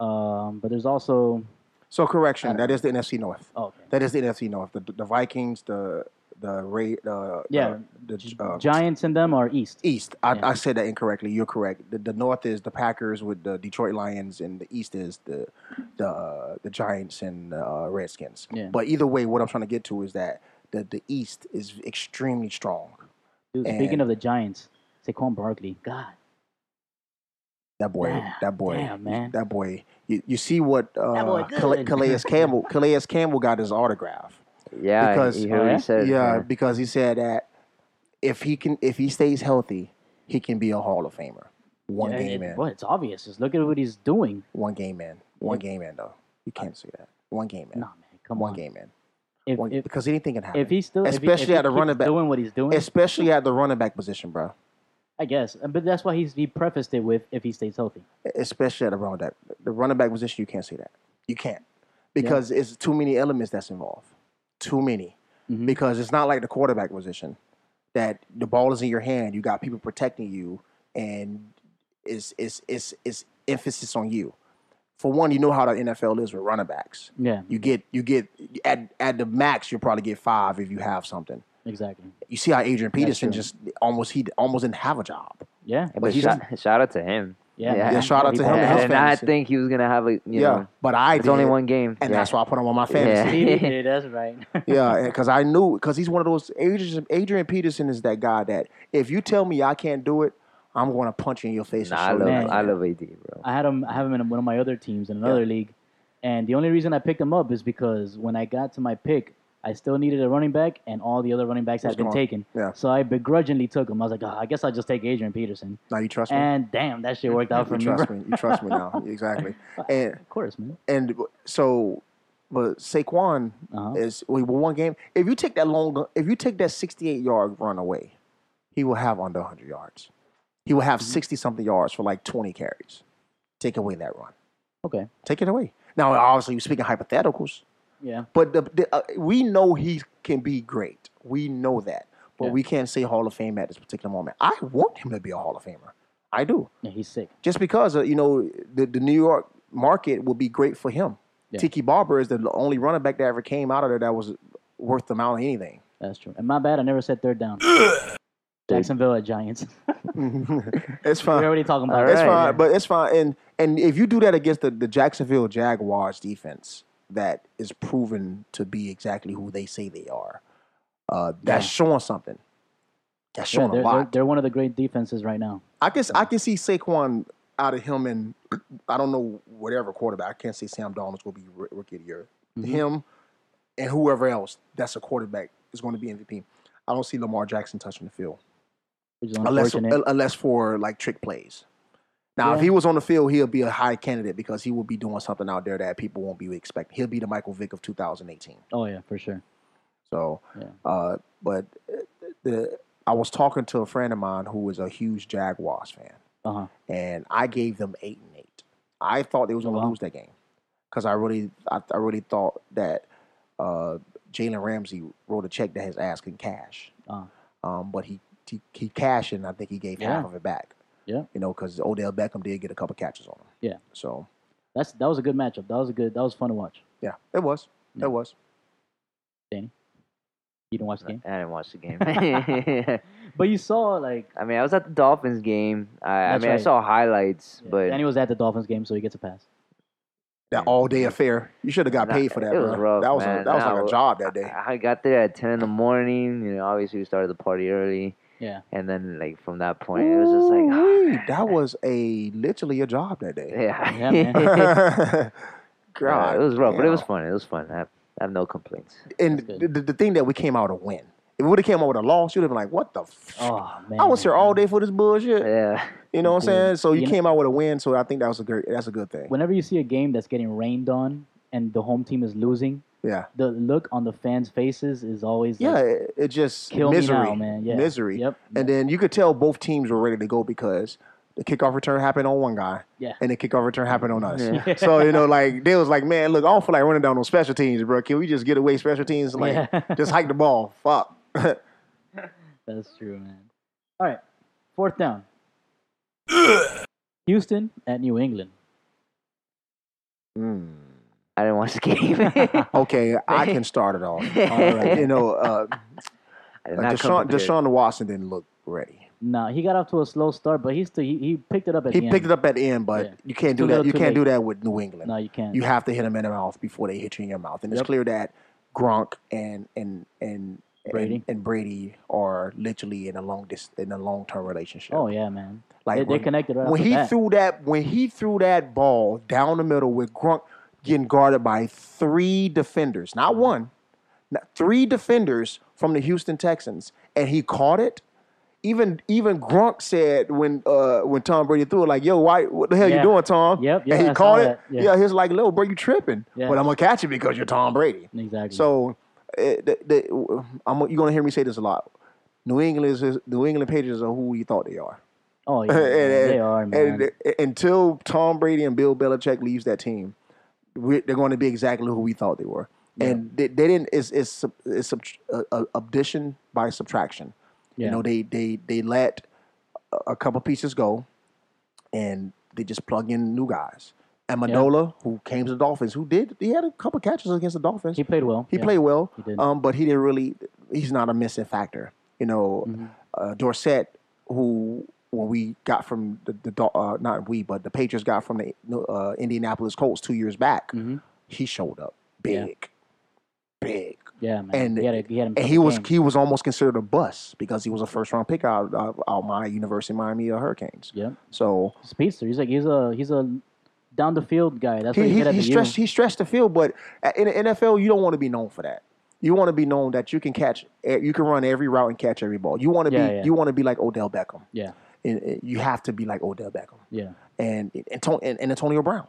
Speaker 4: Um, but there's also
Speaker 3: So correction, that is the NFC North.
Speaker 4: oh, okay.
Speaker 3: That is the NFC North. The, the Vikings, the the Ray, the uh,
Speaker 4: Yeah,
Speaker 3: the,
Speaker 4: G-
Speaker 3: the uh,
Speaker 4: Giants and them are East.
Speaker 3: East. I,
Speaker 4: Yeah.
Speaker 3: I said that incorrectly. You're correct. The, the North is the Packers with the Detroit Lions, and the East is the the uh, the Giants and uh, Redskins.
Speaker 4: Yeah.
Speaker 3: But either way, what I'm trying to get to is that the the East is extremely strong.
Speaker 4: Dude, speaking
Speaker 3: And-
Speaker 4: of the Giants, Saquon Barkley, God,
Speaker 3: That boy, that boy,
Speaker 4: damn, man.
Speaker 3: that boy. You, you see what uh,
Speaker 4: boy
Speaker 3: Cal-
Speaker 4: good.
Speaker 3: Calais Campbell? Calais Campbell got his autograph.
Speaker 5: Yeah,
Speaker 3: Because-
Speaker 5: you hear
Speaker 4: Oh,
Speaker 5: what
Speaker 4: yeah?
Speaker 5: he said.
Speaker 3: yeah, because he said that if he can, if he stays healthy, he can be a Hall of Famer. One
Speaker 4: Yeah,
Speaker 3: game
Speaker 4: it-
Speaker 3: in,
Speaker 4: Well, it's obvious. Just look at what he's doing.
Speaker 3: one game in, one game in. Though you can't say that. One game in,
Speaker 4: Nah, man, come
Speaker 3: one
Speaker 4: on.
Speaker 3: game in,
Speaker 4: If,
Speaker 3: one,
Speaker 4: if,
Speaker 3: because anything can happen.
Speaker 4: if he still, if he- if he
Speaker 3: especially at the
Speaker 4: keeps
Speaker 3: running back,
Speaker 4: doing what he's doing,
Speaker 3: especially at the running back position, bro.
Speaker 4: I guess. But that's why he's he prefaced it with if he stays healthy.
Speaker 3: especially at the running back. The running back position, you can't say that. You can't because it's too many elements that's involved. Too many
Speaker 5: Mm-hmm.
Speaker 3: because it's not like the quarterback position that the ball is in your hand. You got people protecting you, and it's it's it's it's emphasis on you. For one, you know how the NFL is with running backs.
Speaker 4: Yeah,
Speaker 5: Mm-hmm.
Speaker 3: You get you get at at the max, you'll probably get five if you have something.
Speaker 4: exactly.
Speaker 3: You see how Adrian Peterson
Speaker 4: true.
Speaker 3: just almost he almost didn't have a job.
Speaker 4: Yeah,
Speaker 5: but shout, shout out to him.
Speaker 4: yeah.
Speaker 5: Yeah.
Speaker 3: Yeah, shout out to
Speaker 5: I,
Speaker 3: him and his
Speaker 5: did not
Speaker 3: fantasy.
Speaker 5: think he was gonna have a. You
Speaker 3: yeah,
Speaker 5: know,
Speaker 3: but I
Speaker 5: it's only
Speaker 3: did.
Speaker 5: one game,
Speaker 3: and
Speaker 5: yeah.
Speaker 3: that's why I put him on my fantasy.
Speaker 4: He did, that's right.
Speaker 3: Yeah, because I knew because he's one of those Adrian, Adrian Peterson is that guy that if you tell me I can't do it, I'm going to punch you in your face.
Speaker 5: Nah,
Speaker 3: and
Speaker 5: I
Speaker 3: show you
Speaker 5: love,
Speaker 4: Man.
Speaker 5: I love AD, bro.
Speaker 4: I had him. I have him in one of my other teams in another league, and the only reason I picked him up is because when I got to my pick, I still needed a running back, and all the other running backs had been
Speaker 3: gone.
Speaker 4: taken.
Speaker 3: Yeah.
Speaker 4: So I begrudgingly took him. I was like, oh, I guess I'll just take Adrian Peterson.
Speaker 3: Now you trust me.
Speaker 4: And damn, that shit worked out for
Speaker 3: you
Speaker 4: me.
Speaker 3: trust
Speaker 4: bro.
Speaker 3: me. You trust me now. Exactly. And
Speaker 4: Of course, man.
Speaker 3: and so, but Saquon
Speaker 4: Uh-huh.
Speaker 3: is well, one game. If you take that long, if you take that 68 yard run away, he will have under 100 yards. He will have 60 something yards for like 20 carries. Take away that run.
Speaker 4: Okay.
Speaker 3: Take it away. Now, obviously, you're speaking hypotheticals.
Speaker 4: Yeah.
Speaker 3: But the, the, uh, we know he can be great. We know that. But
Speaker 4: Yeah.
Speaker 3: we can't say Hall of Fame at this particular moment. I want him to be a Hall of Famer. I do.
Speaker 4: Yeah, he's sick.
Speaker 3: Just because, uh, you know, the, the New York market will be great for him.
Speaker 4: Yeah.
Speaker 3: Tiki Barber is the only running back that ever came out of there that was worth the amount of anything.
Speaker 4: That's true. And my bad, I never said third down. Jacksonville at Giants.
Speaker 3: It's
Speaker 4: We're
Speaker 3: fine.
Speaker 4: already talking about
Speaker 5: All
Speaker 4: it.
Speaker 3: It's
Speaker 5: right.
Speaker 3: fine, but it's fine. And and if you do that against the, the Jacksonville Jaguars defense that is proven to be exactly who they say they are, uh, that's showing something. That's
Speaker 4: Yeah,
Speaker 3: showing
Speaker 4: they're,
Speaker 3: a lot.
Speaker 4: they're, they're one of the great defenses right now.
Speaker 3: I guess I can see Saquon out of him and I don't know whatever quarterback. I can't say Sam Donald's will be r- rookie of the year.
Speaker 4: Mm-hmm.
Speaker 3: Him and whoever else that's a quarterback is going to be MVP. I don't see Lamar Jackson touching the field
Speaker 4: Which is
Speaker 3: unless
Speaker 4: unfortunate.
Speaker 3: un- unless for like trick plays. Now, if
Speaker 4: Yeah.
Speaker 3: he was on the field, he'll be a high candidate because he will be doing something out there that people won't be expecting. He'll be the Michael Vick of 2018.
Speaker 4: oh yeah, for sure.
Speaker 3: So,
Speaker 4: Yeah.
Speaker 3: uh, but uh, the I was talking to a friend of mine who is a huge Jaguars fan,
Speaker 4: Uh huh.
Speaker 3: and I gave them eight and eight. I thought they was going to
Speaker 4: Oh, Wow.
Speaker 3: lose that game because I really, I, I really thought that uh, Jalen Ramsey wrote a check that his ass can cash,
Speaker 4: Uh,
Speaker 3: um, but he he, he cashed and I think he gave half
Speaker 4: Yeah.
Speaker 3: of it back.
Speaker 4: Yeah.
Speaker 3: you know, because Odell Beckham did get a couple catches on him.
Speaker 4: Yeah.
Speaker 3: so
Speaker 4: that's that was a good matchup. That was a good. That was fun to watch.
Speaker 3: yeah, it was,
Speaker 4: Yeah.
Speaker 3: it was.
Speaker 4: You didn't watch the game,
Speaker 5: I didn't watch the game.
Speaker 4: but you saw like.
Speaker 5: I mean, I was at the Dolphins game. I, I
Speaker 4: That's
Speaker 5: mean, I
Speaker 4: right.
Speaker 5: saw highlights,
Speaker 4: Yeah.
Speaker 5: but
Speaker 4: and he was at the Dolphins game, so he gets a pass.
Speaker 3: That all day affair. You should have got
Speaker 5: Nah,
Speaker 3: paid for that.
Speaker 5: it was
Speaker 3: bro.
Speaker 5: rough,
Speaker 3: that was
Speaker 5: man.
Speaker 3: A, that was
Speaker 5: Nah,
Speaker 3: like
Speaker 5: well,
Speaker 3: a job that day.
Speaker 5: I I got there at ten in the morning. You know, obviously we started the party early,
Speaker 4: Yeah.
Speaker 5: and then like from that point, it was just like, "Ah,
Speaker 3: Ooh, that was a literally a job that day.
Speaker 5: yeah,
Speaker 4: Yeah, man.
Speaker 5: Yeah,
Speaker 3: God,
Speaker 5: it was rough, but it
Speaker 3: damn.
Speaker 5: was fun. It was fun. I have, I have no complaints.
Speaker 3: and
Speaker 4: That's
Speaker 3: the, the, the thing that we came out a win. If we would have came out with a loss, you'd have been like, "What the? F-
Speaker 4: Oh man.
Speaker 3: I was here all day for this bullshit."
Speaker 5: Yeah,
Speaker 3: You know what I'm saying? So you
Speaker 4: You know-
Speaker 3: came out with a win. So I think that was a great. That's a good thing.
Speaker 4: Whenever you see a game that's getting rained on and the home team is losing,
Speaker 3: Yeah,
Speaker 4: the look on the fans' faces is always
Speaker 3: yeah.
Speaker 4: like,
Speaker 3: It, it just
Speaker 4: kill
Speaker 3: misery,
Speaker 4: me now, man. Yeah.
Speaker 3: misery.
Speaker 4: Yep.
Speaker 3: And then you could tell both teams were ready to go because the kickoff return happened on one guy.
Speaker 4: Yeah.
Speaker 3: And the kickoff return happened on us. So, you know, like they was like, man, look, I don't feel like running down on special teams, bro. Can we just get away special teams? Like
Speaker 4: Yeah.
Speaker 3: just hike the ball. Fuck.
Speaker 4: That's true, man. All right, fourth down. Houston at New England.
Speaker 3: Hmm.
Speaker 5: I didn't watch the game. I
Speaker 3: okay, I can start it off.
Speaker 5: All right.
Speaker 3: You know, uh, like
Speaker 5: did not come
Speaker 3: Deshaun,
Speaker 5: prepared.
Speaker 3: Deshaun Watson didn't look ready.
Speaker 4: Nah, he got off to a slow start, but he still he, he picked it up at
Speaker 3: He
Speaker 4: the
Speaker 3: picked
Speaker 4: end.
Speaker 3: it up at the end, but
Speaker 4: Yeah.
Speaker 3: you can't
Speaker 4: Too
Speaker 3: do that.
Speaker 4: little,
Speaker 3: You
Speaker 4: too
Speaker 3: can't do
Speaker 4: late.
Speaker 3: that with New England.
Speaker 4: No, you can't.
Speaker 3: You have to hit them in the mouth before they hit you in your mouth. And it's clear that Gronk and and and and
Speaker 4: Brady.
Speaker 3: and Brady are literally in a long dis- in a long term relationship.
Speaker 4: oh yeah, man.
Speaker 3: Like
Speaker 4: They- they
Speaker 3: when-
Speaker 4: connected right
Speaker 3: when
Speaker 4: off the
Speaker 3: he
Speaker 4: bat.
Speaker 3: threw that when he threw that ball down the middle with Grunk getting guarded by three defenders, not
Speaker 4: Mm-hmm.
Speaker 3: one, not- three defenders from the Houston Texans, and he caught it. Even even Grunk said when uh, when Tom Brady threw it, like, "Yo, why? What the hell
Speaker 4: Yeah.
Speaker 3: you doing, Tom?"
Speaker 4: Yep, yeah,
Speaker 3: and he
Speaker 4: I saw
Speaker 3: caught it.
Speaker 4: that, yeah.
Speaker 3: Yeah. he was like, "Little bro, you tripping?
Speaker 4: Yeah.
Speaker 3: But I'm gonna catch it because you're Tom Brady."
Speaker 4: Exactly.
Speaker 3: So, uh, the, the, I'm, you're gonna hear me say this a lot. New England is New England Patriots are who we thought they are.
Speaker 4: oh yeah,
Speaker 3: And- and-
Speaker 4: they are man.
Speaker 3: and, uh, until Tom Brady and Bill Belichick leaves that team, we they're going to be exactly who we thought they were. And they, they didn't. It's it's, sub- it's sub, uh, uh, addition by subtraction.
Speaker 4: Yeah.
Speaker 3: You know, they they they let a- a couple pieces go, and they just plug in new guys. And Mandola, who came to the Dolphins, who did he had a couple catches against the Dolphins.
Speaker 4: he played well.
Speaker 3: He
Speaker 4: yeah.
Speaker 3: played well,
Speaker 4: he did.
Speaker 3: Um, but he didn't really. He's not a missing factor. You know,
Speaker 4: Mm-hmm.
Speaker 3: uh, Dorsett, who when we got from the, the Dol- uh, not we, but the Patriots got from the uh, Indianapolis Colts two years back,
Speaker 4: Mhm.
Speaker 3: he showed up
Speaker 4: Yeah.
Speaker 3: big, big,
Speaker 4: Yeah, man.
Speaker 3: and-
Speaker 4: he had a, he, had him
Speaker 3: and
Speaker 4: tough
Speaker 3: he was
Speaker 4: game.
Speaker 3: he was almost considered a bust because he was a first round pick out out, out my University of Miami uh, Hurricanes.
Speaker 4: Yep.
Speaker 3: So
Speaker 4: speedster. He's like he's a he's a down the field guy. That's what he,
Speaker 3: he, he,
Speaker 4: did at
Speaker 3: he
Speaker 4: the U.
Speaker 3: stretched he stretched the field, but at- in the NFL, you don't want to be known for that. You want to be known that you can catch, eh, you can run every route and catch every ball. You want to
Speaker 4: Yeah,
Speaker 3: be
Speaker 4: yeah.
Speaker 3: you want to be like Odell Beckham,
Speaker 4: Yeah,
Speaker 3: and eh, you have to be like Odell Beckham
Speaker 4: yeah. Ah,
Speaker 3: and and, Ton- and, and Antonio Brown.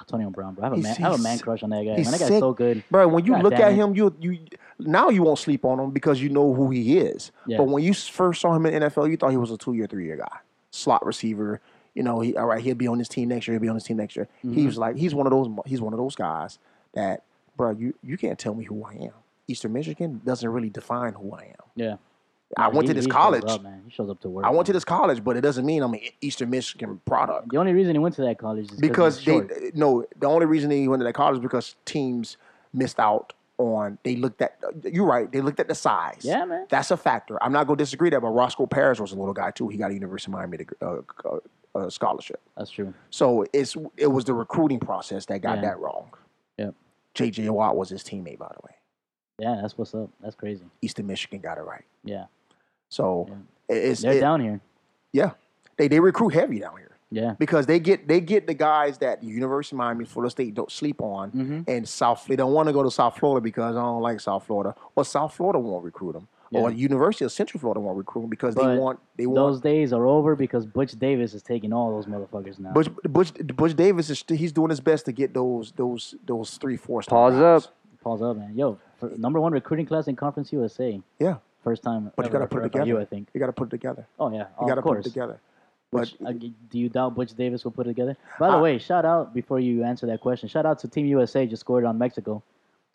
Speaker 4: Antonio Brown, bro. I have a man,
Speaker 3: He's-
Speaker 4: I have a
Speaker 3: he's
Speaker 4: man
Speaker 3: sick.
Speaker 4: crush on that guy. Man,
Speaker 3: he's
Speaker 4: that guy's
Speaker 3: sick.
Speaker 4: so good.
Speaker 3: Bro, when you
Speaker 4: God
Speaker 3: look
Speaker 4: damn
Speaker 3: at
Speaker 4: it.
Speaker 3: him, you you now you won't sleep on him because you know who he is.
Speaker 4: Yeah.
Speaker 3: But when you s- first saw him in NFL, you thought he was a two year, three year guy, slot receiver. You know, he all right, he'll be on this team next year. He'll be on this team next year.
Speaker 4: Mm-hmm.
Speaker 3: He was like, he's one of those, mo- he's one of those guys that, bro, you you can't tell me who I am. Eastern Michigan doesn't really define who I am.
Speaker 4: Yeah.
Speaker 3: I
Speaker 4: Nah,
Speaker 3: went
Speaker 4: he-
Speaker 3: to this
Speaker 4: he shows
Speaker 3: college.
Speaker 4: up, man. He shows up to work.
Speaker 3: I went to
Speaker 4: man.
Speaker 3: this college, but it doesn't mean I'm an Eastern Michigan product
Speaker 4: The only reason he went to that college is
Speaker 3: because
Speaker 4: he's
Speaker 3: they
Speaker 4: short.
Speaker 3: no the only reason he went to that college is because teams missed out on they looked at you're right they looked at the size
Speaker 4: Yeah, man.
Speaker 3: that's a factor I'm not gonna disagree that but Roscoe Paris was a little guy too he got a University of Miami to, uh, uh, uh, scholarship
Speaker 4: That's true.
Speaker 3: so it's it was the recruiting process that got
Speaker 4: Yeah.
Speaker 3: that wrong
Speaker 4: Yep.
Speaker 3: JJ Watt was his teammate by the way
Speaker 4: Yeah, that's what's up. That's crazy.
Speaker 3: Eastern Michigan got it right
Speaker 4: Yeah,
Speaker 3: so it's
Speaker 4: they're
Speaker 3: it-
Speaker 4: down here.
Speaker 3: yeah they they recruit heavy down here
Speaker 4: Yeah,
Speaker 3: because they get they get the guys that the University of Miami, Florida State don't sleep on,
Speaker 4: Mm-hmm.
Speaker 3: and South they don't want to go to South Florida because I don't like South Florida, or South Florida won't recruit them, or
Speaker 4: Yeah.
Speaker 3: University of Central Florida won't recruit them because they
Speaker 4: But
Speaker 3: want they
Speaker 4: those
Speaker 3: want.
Speaker 4: days are over because Butch Davis is taking all those motherfuckers now.
Speaker 3: Bush, Bush, Bush Davis is st- he's doing his best to get those those those three four star
Speaker 5: Pause
Speaker 3: guys.
Speaker 5: up.
Speaker 4: Pause up, man. Yo, for number one recruiting class in Conference USA.
Speaker 3: Yeah,
Speaker 4: First time.
Speaker 3: but you
Speaker 4: ever
Speaker 3: got to put
Speaker 4: for
Speaker 3: it together.
Speaker 4: FIU, I think.
Speaker 3: you got to put it together.
Speaker 4: Oh yeah,
Speaker 3: You
Speaker 4: of
Speaker 3: got to put it
Speaker 4: course.
Speaker 3: together. But
Speaker 4: Uh, g- do you doubt Butch Davis will put it together? By the
Speaker 3: I-
Speaker 4: way, shout out before you answer that question. Shout out to Team USA just scored on Mexico.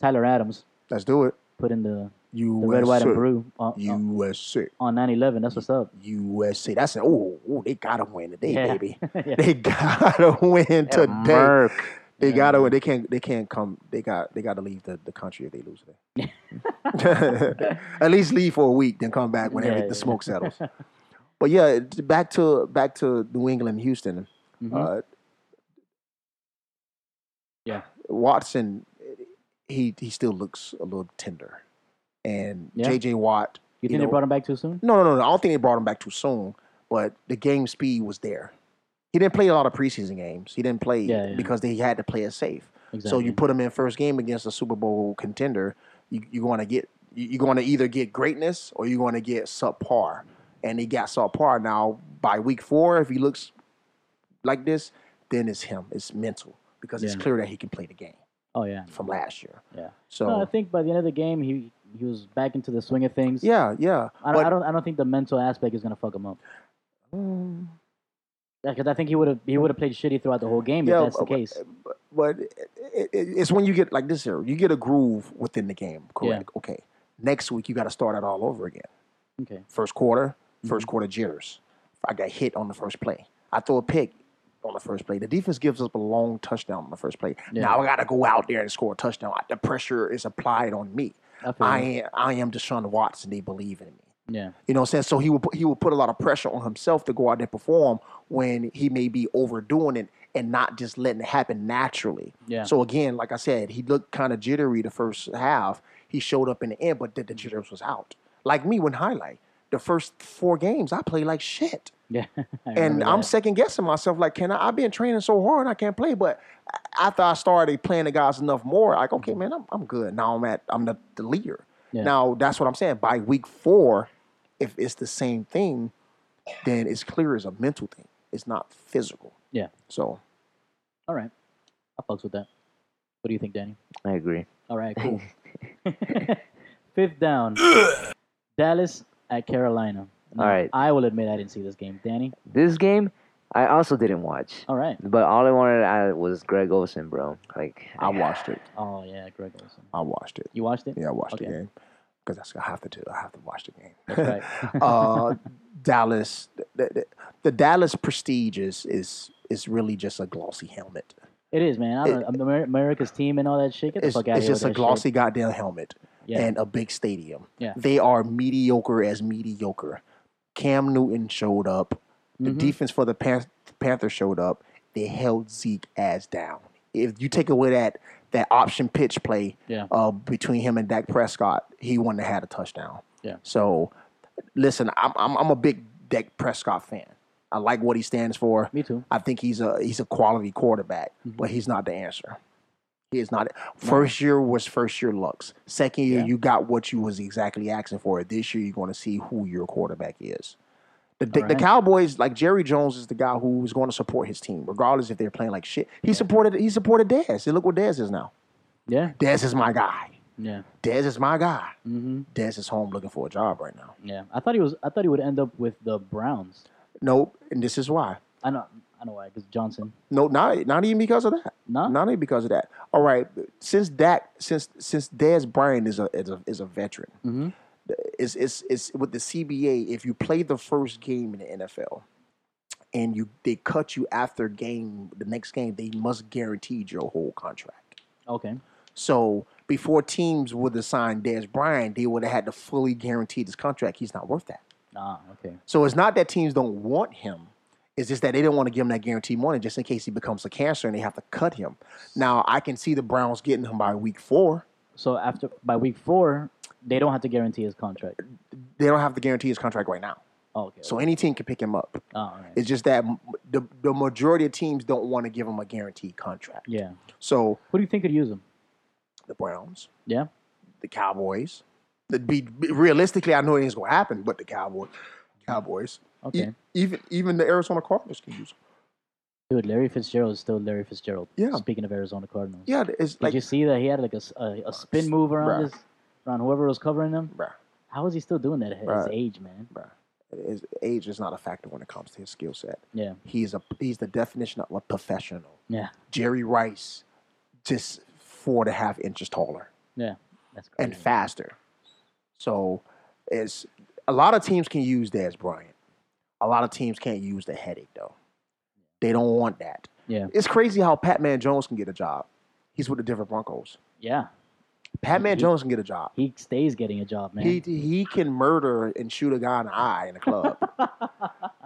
Speaker 4: Tyler Adams
Speaker 3: let's do it.
Speaker 4: put in the,
Speaker 3: USA,
Speaker 4: the red, white, and blue on, on-
Speaker 3: USA.
Speaker 4: on 9/11. That's what's
Speaker 3: uh,
Speaker 4: up.
Speaker 3: USA. That's an oh, oh, they gotta win today,
Speaker 4: Yeah.
Speaker 3: baby.
Speaker 4: Yeah.
Speaker 3: They gotta win today.
Speaker 5: Merc.
Speaker 3: They gotta win. They can't. They can't come. They got. They gotta leave the, the country if they lose today. At least leave for a week, then come back when
Speaker 4: Yeah,
Speaker 3: every,
Speaker 4: yeah.
Speaker 3: the smoke settles. but yeah, it's back to back to New England, Houston.
Speaker 4: Mm-hmm.
Speaker 3: Uh,
Speaker 4: Yeah.
Speaker 3: Watson. He he still looks a little tender, and
Speaker 4: Yeah.
Speaker 3: J.J. Watt.
Speaker 4: You think
Speaker 3: know,
Speaker 4: they brought him back too soon?
Speaker 3: no, no, no, no. I don't think they brought him back too soon, but the game speed was there. He didn't play a lot of preseason games. He didn't play
Speaker 4: Yeah, yeah.
Speaker 3: because they had to play it safe. So
Speaker 4: Exactly.
Speaker 3: you put him in first game against a Super Bowl contender. You, you're going to get you- you're going to either get greatness or you're going to get subpar. And he got subpar. Now by week four, if he looks like this, then it's him. It's mental because it's
Speaker 4: Yeah.
Speaker 3: clear that he can play the game
Speaker 4: Oh yeah,
Speaker 3: from last year.
Speaker 4: yeah.
Speaker 3: So
Speaker 4: no, I think by the end of the game, he he was back into the swing of things.
Speaker 3: yeah, yeah.
Speaker 4: I don't,
Speaker 3: but
Speaker 4: I don't. I don't think the mental aspect is gonna fuck him up.
Speaker 3: Mm.
Speaker 4: Because I think he would have. He would have played shitty throughout the whole game
Speaker 3: Yeah,
Speaker 4: if that's the
Speaker 3: but-
Speaker 4: case.
Speaker 3: but it, it, it's when you get like this here, you get a groove within the game, correct? Okay. Next week you got to start it all over again.
Speaker 4: Okay.
Speaker 3: First quarter,
Speaker 4: Mm-hmm.
Speaker 3: first quarter jitters. I got hit on the first play. I throw a pick on the first play. The defense gives up a long touchdown on the first play.
Speaker 4: Yeah.
Speaker 3: Now I got to go out there and score a touchdown. The pressure is applied on me.
Speaker 4: I feel
Speaker 3: I
Speaker 4: you.
Speaker 3: am, I am Deshaun Watson. They believe in me.
Speaker 4: Yeah.
Speaker 3: You know what I'm saying? So he will put, he will put a lot of pressure on himself to go out there and perform when he may be overdoing it and not just letting it happen naturally.
Speaker 4: Yeah.
Speaker 3: So again, like I said, he looked kind of jittery the first half. He showed up in the end, but the, the jitters was out. Like me when highlight. The the first four games, I played like shit.
Speaker 4: Yeah. I
Speaker 3: and
Speaker 4: remember
Speaker 3: I'm
Speaker 4: that.
Speaker 3: second guessing myself. Like, can I? I've been training so hard, I can't play. But a- after I started playing the guys enough more, like, okay, man, I'm, I'm good. Now I'm at, I'm the, the leader.
Speaker 4: Mm-hmm. Yeah.
Speaker 3: Now that's what I'm saying. By week four, if it's the same thing, then it's clear as a mental thing. It's not physical.
Speaker 4: Yeah.
Speaker 3: So
Speaker 4: All right. I fucks with that. What do you think, Danny?
Speaker 5: I agree.
Speaker 4: All right, cool. Fifth down. Dallas at Carolina.
Speaker 5: All right.
Speaker 4: I will admit I didn't see this game, Danny.
Speaker 5: This game, I also didn't watch.
Speaker 4: All right.
Speaker 5: But all I wanted to add was Greg Olson, bro. Like
Speaker 3: I watched it.
Speaker 4: Oh yeah, Greg Olson.
Speaker 3: I watched it.
Speaker 4: You watched it?
Speaker 3: Yeah, I watched
Speaker 4: Okay.
Speaker 3: the game because that's I have to do. I have to watch the game.
Speaker 4: That's right.
Speaker 3: uh, Dallas, the, the, the Dallas prestige is is is really just a glossy helmet.
Speaker 4: It is, man. I don't, Amer- America's team and all that shit. Get the
Speaker 3: It's,
Speaker 4: fuck out
Speaker 3: it's
Speaker 4: here.
Speaker 3: just
Speaker 4: with
Speaker 3: a
Speaker 4: that
Speaker 3: glossy goddamn helmet
Speaker 4: Shit. Yeah.
Speaker 3: and a big stadium.
Speaker 4: Yeah.
Speaker 3: They are mediocre as mediocre. Cam Newton showed up. The
Speaker 4: Mhm.
Speaker 3: defense for the Pan- Panthers showed up. They held Zeke as down. If you take away that that option pitch play
Speaker 4: Yeah.
Speaker 3: uh, between him and Dak Prescott, he wouldn't have had a touchdown.
Speaker 4: Yeah.
Speaker 3: So, listen, I'm I'm, I'm a big Dak Prescott fan. I like what he stands for.
Speaker 4: Me too. Mm-hmm.
Speaker 3: I think he's a he's a quality quarterback, but he's not the answer. He is not. First year was first year looks. Second year,
Speaker 4: Yeah.
Speaker 3: you got what you was exactly asking for. This year, you're going to see who your quarterback is. The, the, the
Speaker 4: Alright.
Speaker 3: Cowboys, like Jerry Jones, is the guy who was going to support his team, regardless if they're playing like shit. He supported he supported Dez. And look what Dez is now.
Speaker 4: Yeah.
Speaker 3: Dez is my guy.
Speaker 4: Yeah.
Speaker 3: Dez is my guy.
Speaker 4: Mm-hmm.
Speaker 3: Dez is home looking for a job right now.
Speaker 4: Yeah. I thought he was. I thought he would end up with the Browns.
Speaker 3: Nope, and this is why.
Speaker 4: I know. I know why. Because Johnson.
Speaker 3: No, not not even because of that.
Speaker 4: No.
Speaker 3: Not even because of that. All right, since Dak, since since Dez Bryant is a is a, is a veteran,
Speaker 4: Mm-hmm.
Speaker 3: it's, it's it's with the CBA. If you play the first game in the NFL, and you they cut you after game the next game, they must guarantee your whole contract.
Speaker 4: Okay.
Speaker 3: So before teams would have signed Dez Bryant, they would have had to fully guarantee this contract. He's not worth that.
Speaker 4: Ah. Okay.
Speaker 3: So it's not that teams don't want him. It's just that they don't want to give him that guaranteed money just in case he becomes a cancer and they have to cut him. Now I can see the Browns getting him by week four.
Speaker 4: So after by week four, they don't have to guarantee his contract.
Speaker 3: They don't have to guarantee his contract right now.
Speaker 4: Oh, okay.
Speaker 3: So any team can pick him up.
Speaker 4: Oh, all right.
Speaker 3: It's just that m- the, the majority of teams don't want to give him a guaranteed contract.
Speaker 4: Yeah.
Speaker 3: So
Speaker 4: Who do you think could use him?
Speaker 3: the Browns,
Speaker 4: Yeah.
Speaker 3: the Cowboys, the, be, be- realistically, I know it ain't going to happen, but the Cowboys, Cowboys, E-
Speaker 4: Okay.
Speaker 3: even even the Arizona Cardinals can use him.
Speaker 4: Dude, Larry Fitzgerald is still Larry Fitzgerald.
Speaker 3: Yeah.
Speaker 4: Speaking of Arizona Cardinals.
Speaker 3: Yeah, it's like
Speaker 4: Did you see that he had like a, s- a- a spin move around
Speaker 3: bruh.
Speaker 4: his around whoever was covering him?
Speaker 3: bruh.
Speaker 4: How is he still doing that at his
Speaker 3: Bruh.
Speaker 4: age, man?
Speaker 3: bruh. His age is not a factor when it comes to his skill set.
Speaker 4: Yeah,
Speaker 3: He's a he's the definition of a professional.
Speaker 4: yeah,
Speaker 3: Jerry Rice, just four and a half inches taller
Speaker 4: yeah. That's crazy.
Speaker 3: and faster. So, it's a lot of teams can use Dez Bryant. A lot of teams can't use the headache though. They don't want that.
Speaker 4: Yeah,
Speaker 3: It's crazy how Pat Man Jones can get a job. He's with the Denver Broncos.
Speaker 4: yeah.
Speaker 3: Pat Man
Speaker 4: He-
Speaker 3: Jones can get a job.
Speaker 4: He stays getting a job, man.
Speaker 3: He he can murder and shoot a guy in the eye in a club.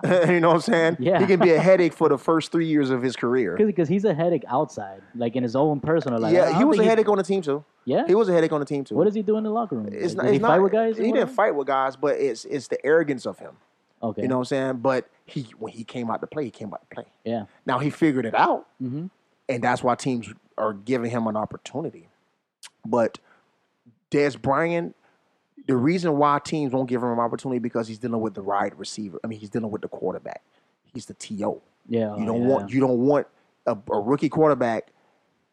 Speaker 3: you know what I'm saying?
Speaker 4: Yeah.
Speaker 3: He can be a headache for the first three years of his career.
Speaker 4: Because he's a headache outside, like in his own personal life. I
Speaker 3: yeah,
Speaker 4: don't
Speaker 3: he was a
Speaker 4: think
Speaker 3: headache on the team too.
Speaker 4: yeah.
Speaker 3: He was a headache on the team too.
Speaker 4: what does he do in the locker room?
Speaker 3: It's
Speaker 4: Like, does he
Speaker 3: not. It's not.
Speaker 4: fight with guys? or
Speaker 3: he didn't
Speaker 4: whatever?
Speaker 3: fight with guys, but it's it's the arrogance of him.
Speaker 4: Okay.
Speaker 3: You know what I'm saying? But he when he came out to play, he came out to play.
Speaker 4: Yeah.
Speaker 3: Now he figured it out,
Speaker 4: Mm-hmm.
Speaker 3: and that's why teams are giving him an opportunity. But Des Bryant, the reason why teams won't give him an opportunity because he's dealing with the wide receiver. I mean, he's dealing with the quarterback. He's the TO.
Speaker 4: Yeah. Oh,
Speaker 3: You don't
Speaker 4: yeah.
Speaker 3: want you don't want a, a rookie quarterback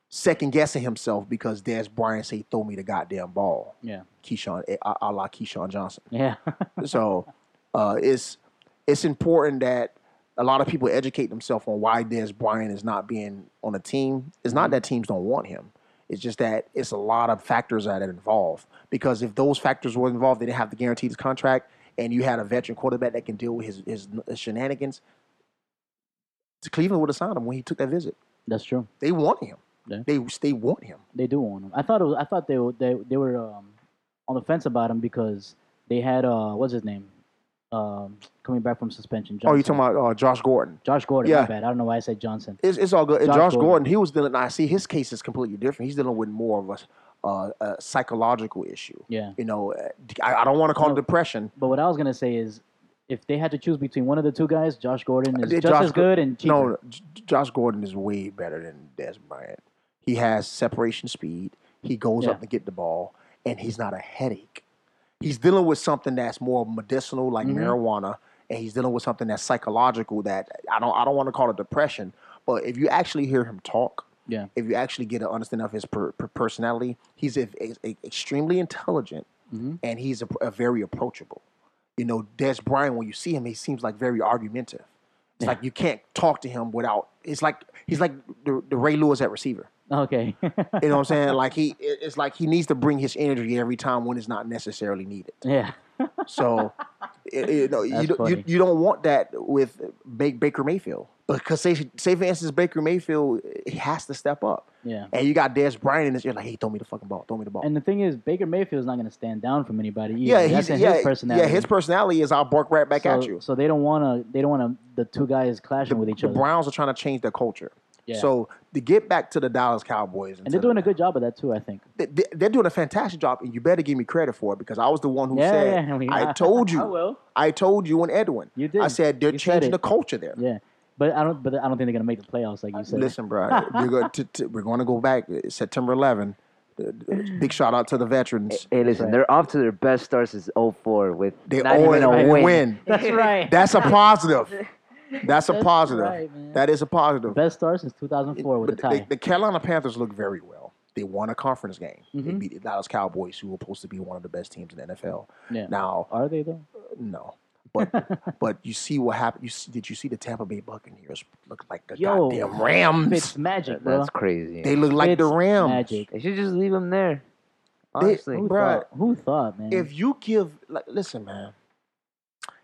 Speaker 3: second guessing himself because Des Bryant say throw me the goddamn ball,
Speaker 4: Yeah.
Speaker 3: Keyshawn, eh, a, a la Keyshawn Johnson.
Speaker 4: Yeah.
Speaker 3: so uh, it's it's important that a lot of people educate themselves on why Des Bryant is not being on a team. It's not that teams don't want him. It's just that it's a lot of factors that are involved. Because if those factors were involved, they didn't have to guarantee his contract, and you had a veteran quarterback that can deal with his, his, his shenanigans. Cleveland would have signed him when he took that visit.
Speaker 4: That's true.
Speaker 3: They want him.
Speaker 4: Yeah.
Speaker 3: They they want him.
Speaker 4: They do want him. I thought it was, I thought they were- they they were um, on the fence about him because they had uh what's his name um, coming back from suspension.
Speaker 3: Oh, you
Speaker 4: Johnson.
Speaker 3: talking about uh, Josh Gordon?
Speaker 4: Josh Gordon?
Speaker 3: Yeah.
Speaker 4: My bad. I don't know why I said Johnson.
Speaker 3: It's, it's all good. And
Speaker 4: Josh
Speaker 3: Josh,
Speaker 4: Gordon.
Speaker 3: Gordon. he was dealing. I see his case is completely different. He's dealing with more of a, uh, a psychological issue.
Speaker 4: Yeah.
Speaker 3: You know, uh, I, I don't want to call it depression.
Speaker 4: But what I was gonna say is, if they had to choose between one of the two guys, Josh Gordon is
Speaker 3: Yeah,
Speaker 4: just
Speaker 3: Uh, Josh
Speaker 4: as
Speaker 3: Go-
Speaker 4: good and cheaper.
Speaker 3: No, J- Josh Gordon is way better than Des Bryant. He has separation speed. He goes
Speaker 4: Yeah.
Speaker 3: up to get the ball, and he's not a headache. He's dealing with something that's more medicinal, like
Speaker 4: Mm-hmm.
Speaker 3: marijuana, and he's dealing with something that's psychological. That I don't, I don't want to call it depression, but if you actually hear him talk,
Speaker 4: Yeah.
Speaker 3: if you actually get an understanding of his per, per personality, he's a, a- extremely intelligent,
Speaker 4: Mm-hmm.
Speaker 3: and he's a, a very approachable. You know, Des Bryant, when you see him, he seems like very argumentative. It's like you can't talk to him without. It's like he's like the, the Ray Lewis at receiver.
Speaker 4: Okay.
Speaker 3: You know what I'm saying? like he, it- it's like he needs to bring his energy every time when it's not necessarily needed.
Speaker 4: yeah.
Speaker 3: So, it, you know, you,
Speaker 4: That's
Speaker 3: don't-
Speaker 4: funny.
Speaker 3: you you don't want that with Ba- Baker Mayfield because say, say for instance Baker Mayfield he has to step up.
Speaker 4: Yeah.
Speaker 3: And you got Des Bryant in this. You're like, hey, throw me the fucking ball. Throw me the ball.
Speaker 4: And the thing is, Baker Mayfield's not gonna stand down from anybody. Either.
Speaker 3: yeah,
Speaker 4: That's
Speaker 3: he's
Speaker 4: in
Speaker 3: yeah,
Speaker 4: his personality.
Speaker 3: yeah. His personality is I'll bark right back
Speaker 4: so,
Speaker 3: at you.
Speaker 4: So they don't wanna. They don't wanna. The two guys clashing with each
Speaker 3: the
Speaker 4: other.
Speaker 3: Browns are trying to change their culture.
Speaker 4: Yeah.
Speaker 3: So to get back to the Dallas Cowboys,
Speaker 4: and they're
Speaker 3: to the-
Speaker 4: doing a good job of that too. I think.
Speaker 3: they- they- they're doing a fantastic job, and you better give me credit for it because I was the one who
Speaker 4: Yeah,
Speaker 3: said,
Speaker 4: yeah, I mean,
Speaker 3: I,
Speaker 4: I-
Speaker 3: told you,
Speaker 4: I will.
Speaker 3: I told you and Edwin.
Speaker 4: You did.
Speaker 3: I said they're
Speaker 4: You said
Speaker 3: changing
Speaker 4: it.
Speaker 3: the culture there.
Speaker 4: Yeah. But I don't. But I don't think they're gonna make the playoffs, like you said.
Speaker 3: Listen, bro, we're going to, to- we're going to go back uh, September 11. Uh, Big shout out to the veterans.
Speaker 5: Hey, listen,
Speaker 4: right.
Speaker 5: they're off to their best starts since 04 with
Speaker 3: They
Speaker 5: not
Speaker 3: owe
Speaker 5: even a
Speaker 3: and oh
Speaker 5: win.
Speaker 3: win.
Speaker 4: That's right.
Speaker 3: That's a positive. That's a
Speaker 4: That's
Speaker 3: positive.
Speaker 4: right, man.
Speaker 3: that is a positive.
Speaker 4: Best star since 2004 with a
Speaker 3: But the,
Speaker 4: tie.
Speaker 3: the Carolina Panthers look very well. They won a conference game. They
Speaker 4: Mm-hmm.
Speaker 3: beat the Dallas Cowboys, who were supposed to be one of the best teams in the NFL.
Speaker 4: Yeah.
Speaker 3: Now, uh,
Speaker 4: Are they though?
Speaker 3: no, but but you see what happened. You see, did you see the Tampa Bay Buccaneers look like the
Speaker 4: Yo,
Speaker 3: goddamn Rams?
Speaker 4: It's magic, bro.
Speaker 5: That's crazy.
Speaker 3: they
Speaker 5: They,
Speaker 3: look like the
Speaker 4: Fitz
Speaker 3: Rams.
Speaker 4: Magic.
Speaker 5: should just leave them there.
Speaker 3: They- Oh,
Speaker 5: Honestly.
Speaker 4: Who
Speaker 3: Bruh.
Speaker 4: thought? Who thought, man?
Speaker 3: If you give, like, listen, man,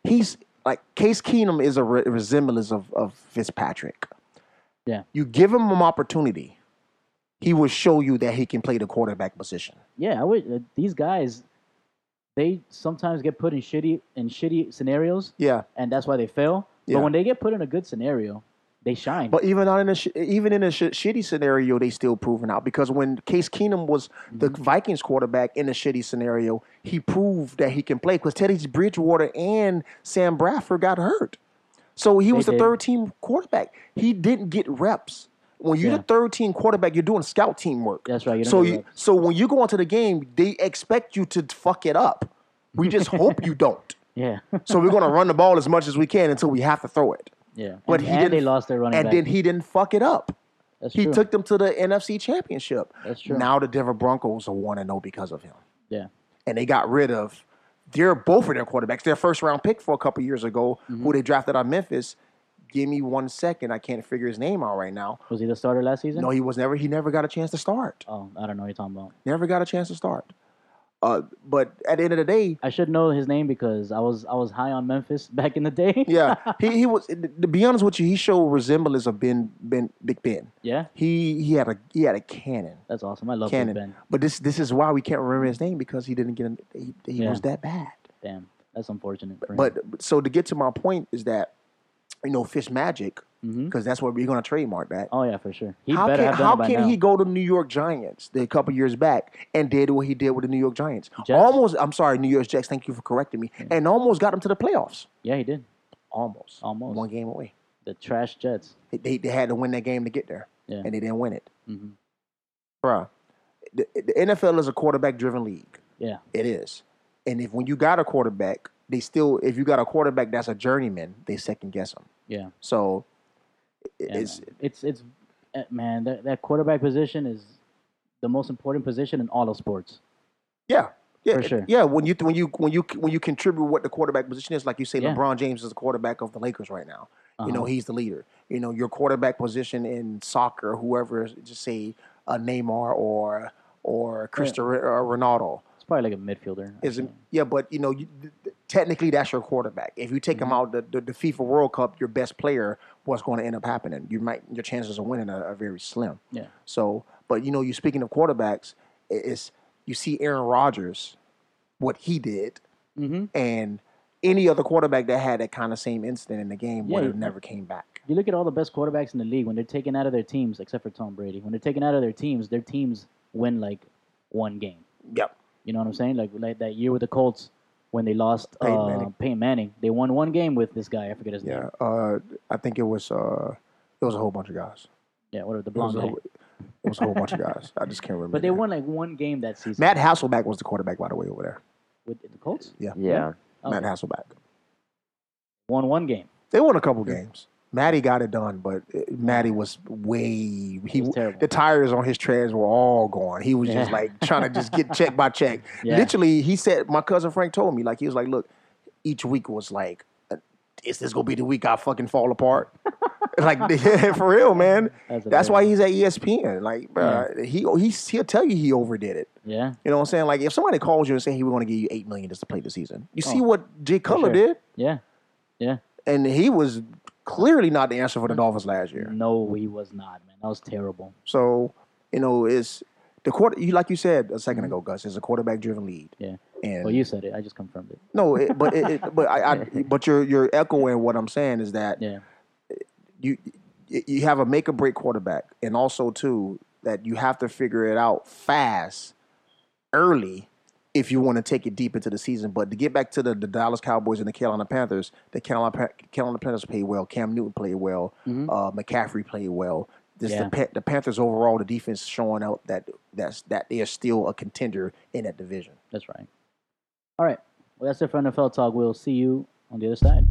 Speaker 3: he's like Case Keenum is a re- resemblance of of Fitzpatrick.
Speaker 4: Yeah.
Speaker 3: you give him an opportunity, he will show you that he can play the quarterback position.
Speaker 4: yeah, I would. Uh, these guys, they sometimes get put in shitty in shitty scenarios,
Speaker 3: Yeah.
Speaker 4: and that's why they fail.
Speaker 3: Yeah.
Speaker 4: But when they get put in a good scenario, they shine.
Speaker 3: But even not in a sh- even in a sh- shitty scenario, they still proven out because when Case Keenum was the
Speaker 4: Mm-hmm.
Speaker 3: Vikings quarterback in a shitty scenario, he proved that he can play because Teddy Bridgewater and Sam Bradford got hurt, so he was the
Speaker 4: did.
Speaker 3: third team quarterback. He didn't get reps. When you're
Speaker 4: Yeah.
Speaker 3: the third team quarterback, you're doing scout team work.
Speaker 4: That's right, you don't
Speaker 3: so
Speaker 4: get
Speaker 3: you,
Speaker 4: reps.
Speaker 3: so when you go into the game, they expect you to fuck it up. We just hope you don't.
Speaker 4: yeah,
Speaker 3: So we're gonna run the ball as much as we can until we have to throw it.
Speaker 4: yeah.
Speaker 3: But
Speaker 4: and,
Speaker 3: he
Speaker 4: and
Speaker 3: didn't,
Speaker 4: they lost their running
Speaker 3: and
Speaker 4: back.
Speaker 3: then he didn't fuck it up.
Speaker 4: that's
Speaker 3: He
Speaker 4: true.
Speaker 3: took them to the NFC Championship.
Speaker 4: That's true.
Speaker 3: Now the Denver Broncos are one and zero because of him,
Speaker 4: yeah,
Speaker 3: and they got rid of their both of their quarterbacks. Their first round pick for a couple years ago,
Speaker 4: Mm-hmm.
Speaker 3: who they drafted out of Memphis. Give me one second. I can't figure his name out right now.
Speaker 4: was he the starter last season?
Speaker 3: No, he was never. He never got a chance to start.
Speaker 4: Oh, I don't know what you're talking about.
Speaker 3: Never got a chance to start. Uh, but at the end of the day,
Speaker 4: I should know his name because I was I was high on Memphis back in the day.
Speaker 3: yeah, he, he was. To be honest with you, he showed resemblance of Ben Ben Big Ben.
Speaker 4: yeah.
Speaker 3: He he had a he had a cannon.
Speaker 4: That's awesome. I love Big
Speaker 3: Cannon.
Speaker 4: Ben.
Speaker 3: But this this is why we can't remember his name because he didn't get an, he, he
Speaker 4: Yeah.
Speaker 3: was that bad.
Speaker 4: Damn, that's unfortunate. For him.
Speaker 3: But so to get to my point is that you know Fish Magic because that's what we're going to trademark that.
Speaker 4: Mm-hmm. oh yeah, for sure. He
Speaker 3: how
Speaker 4: better
Speaker 3: can
Speaker 4: have done
Speaker 3: how
Speaker 4: it by
Speaker 3: can
Speaker 4: now.
Speaker 3: he go to New York Giants the- a couple years back and did what he did with the New York Giants?
Speaker 4: Jets.
Speaker 3: Almost, I'm sorry, New York Jets. Thank you for correcting me. And almost got him to the playoffs.
Speaker 4: yeah, he did.
Speaker 3: Almost,
Speaker 4: Almost.
Speaker 3: one game away.
Speaker 4: The trash Jets.
Speaker 3: They- They, they had to win that game to get there,
Speaker 4: Yeah.
Speaker 3: and they didn't win it.
Speaker 4: hmm
Speaker 3: Bruh, the, the NFL is a quarterback-driven league.
Speaker 4: Yeah.
Speaker 3: It is. And if when you got a quarterback, they still if you got a quarterback that's a journeyman, they second guess him.
Speaker 4: Yeah.
Speaker 3: So it-
Speaker 4: Yeah,
Speaker 3: it's
Speaker 4: man. it's it's eh, man that, that quarterback position is the most important position in all of sports.
Speaker 3: yeah. Yeah,
Speaker 4: For sure.
Speaker 3: yeah. When you when you when you when you contribute what the quarterback position is, like you say,
Speaker 4: Yeah. Uh-huh.
Speaker 3: LeBron James is the quarterback of the Lakers right now. You know, he's the leader. You know, your quarterback position in soccer, whoever, is- just say a Neymar or or Cristiano or Ronaldo.
Speaker 4: It's probably like a midfielder.
Speaker 3: is yeah, but you know, you, th- th- technically that's your quarterback. If you take
Speaker 4: Mm-hmm.
Speaker 3: him out the, the the FIFA World Cup, your best player, what's going to end up happening? You might your chances of winning are, are very slim.
Speaker 4: Yeah.
Speaker 3: So, but you know, you speaking of quarterbacks, i- it's you see Aaron Rodgers, what he did,
Speaker 4: Mhm.
Speaker 3: and any other quarterback that had that kind of same instant in the game
Speaker 4: Yeah,
Speaker 3: would have
Speaker 4: you-
Speaker 3: never came back.
Speaker 4: You look at all the best quarterbacks in the league when they're taken out of their teams, except for Tom Brady. When they're taken out of their teams, their teams win like one game.
Speaker 3: Yep.
Speaker 4: You know what I'm saying? Like like that year with the Colts when they lost
Speaker 3: Peyton
Speaker 4: uh,
Speaker 3: Manning.
Speaker 4: Peyton Manning, they won one game with this guy. I forget his name.
Speaker 3: Yeah. Uh, I think it was uh, it was a whole bunch of guys.
Speaker 4: Yeah, whatever the
Speaker 3: It was,
Speaker 4: blonde
Speaker 3: a
Speaker 4: guy.
Speaker 3: whole, it was a whole bunch of guys. I just can't remember.
Speaker 4: But they
Speaker 3: their names.
Speaker 4: won like one game that season
Speaker 3: Matt Hasselback was the quarterback, by the way, over there.
Speaker 4: with the Colts.
Speaker 5: Yeah.
Speaker 4: Oh.
Speaker 3: Matt Hasselback.
Speaker 4: Won one game.
Speaker 3: They won a couple games. Matty got it done, but uh, Matty was way he
Speaker 4: was terrible.
Speaker 3: the tires on his treads were all gone. He was just
Speaker 4: Yeah.
Speaker 3: like trying to just get check by check.
Speaker 4: Yeah.
Speaker 3: Literally, he said my cousin Frank told me like he was like, look, each week was like, uh, is this gonna be the week I fucking fall apart? like for real, man.
Speaker 4: That's
Speaker 3: That's why he's at E ESPN. Like, bruh, he he he'll tell you he overdid it.
Speaker 4: Yeah,
Speaker 3: You know what I'm saying? Like, if somebody calls you and say, "Hey, we're going to give you eight million just to play the season," you see
Speaker 4: Oh,
Speaker 3: what Jay Cutler
Speaker 4: sure.
Speaker 3: did,
Speaker 4: yeah, yeah.
Speaker 3: and he was clearly not the answer for
Speaker 4: Mm-hmm.
Speaker 3: the Dolphins last year.
Speaker 4: No, he was not, man. That was terrible.
Speaker 3: So, you know, it's the quarter. You like you said a 2nd ago, Gus. It's a quarterback-driven lead.
Speaker 4: Yeah.
Speaker 3: And
Speaker 4: Well, you said it. I just confirmed it.
Speaker 3: no, it, but it, it, but I, I but you're you're echoing what I'm saying is that
Speaker 4: Yeah.
Speaker 3: you you you have a make or break quarterback, and also too that you have to figure it out fast, early, if you want to take it deep into the season. But to get back to the, the Dallas Cowboys and the Carolina Panthers, the Carolina, Pa- Carolina Panthers played well. Cam Newton played well. Uh, McCaffrey played well. This,
Speaker 4: Yeah.
Speaker 3: the, Pa- the Panthers overall, the defense showing out that that's that they are still a contender in that division.
Speaker 4: That's right. All right. Well, that's it for NFL Talk. We'll see you on the other side.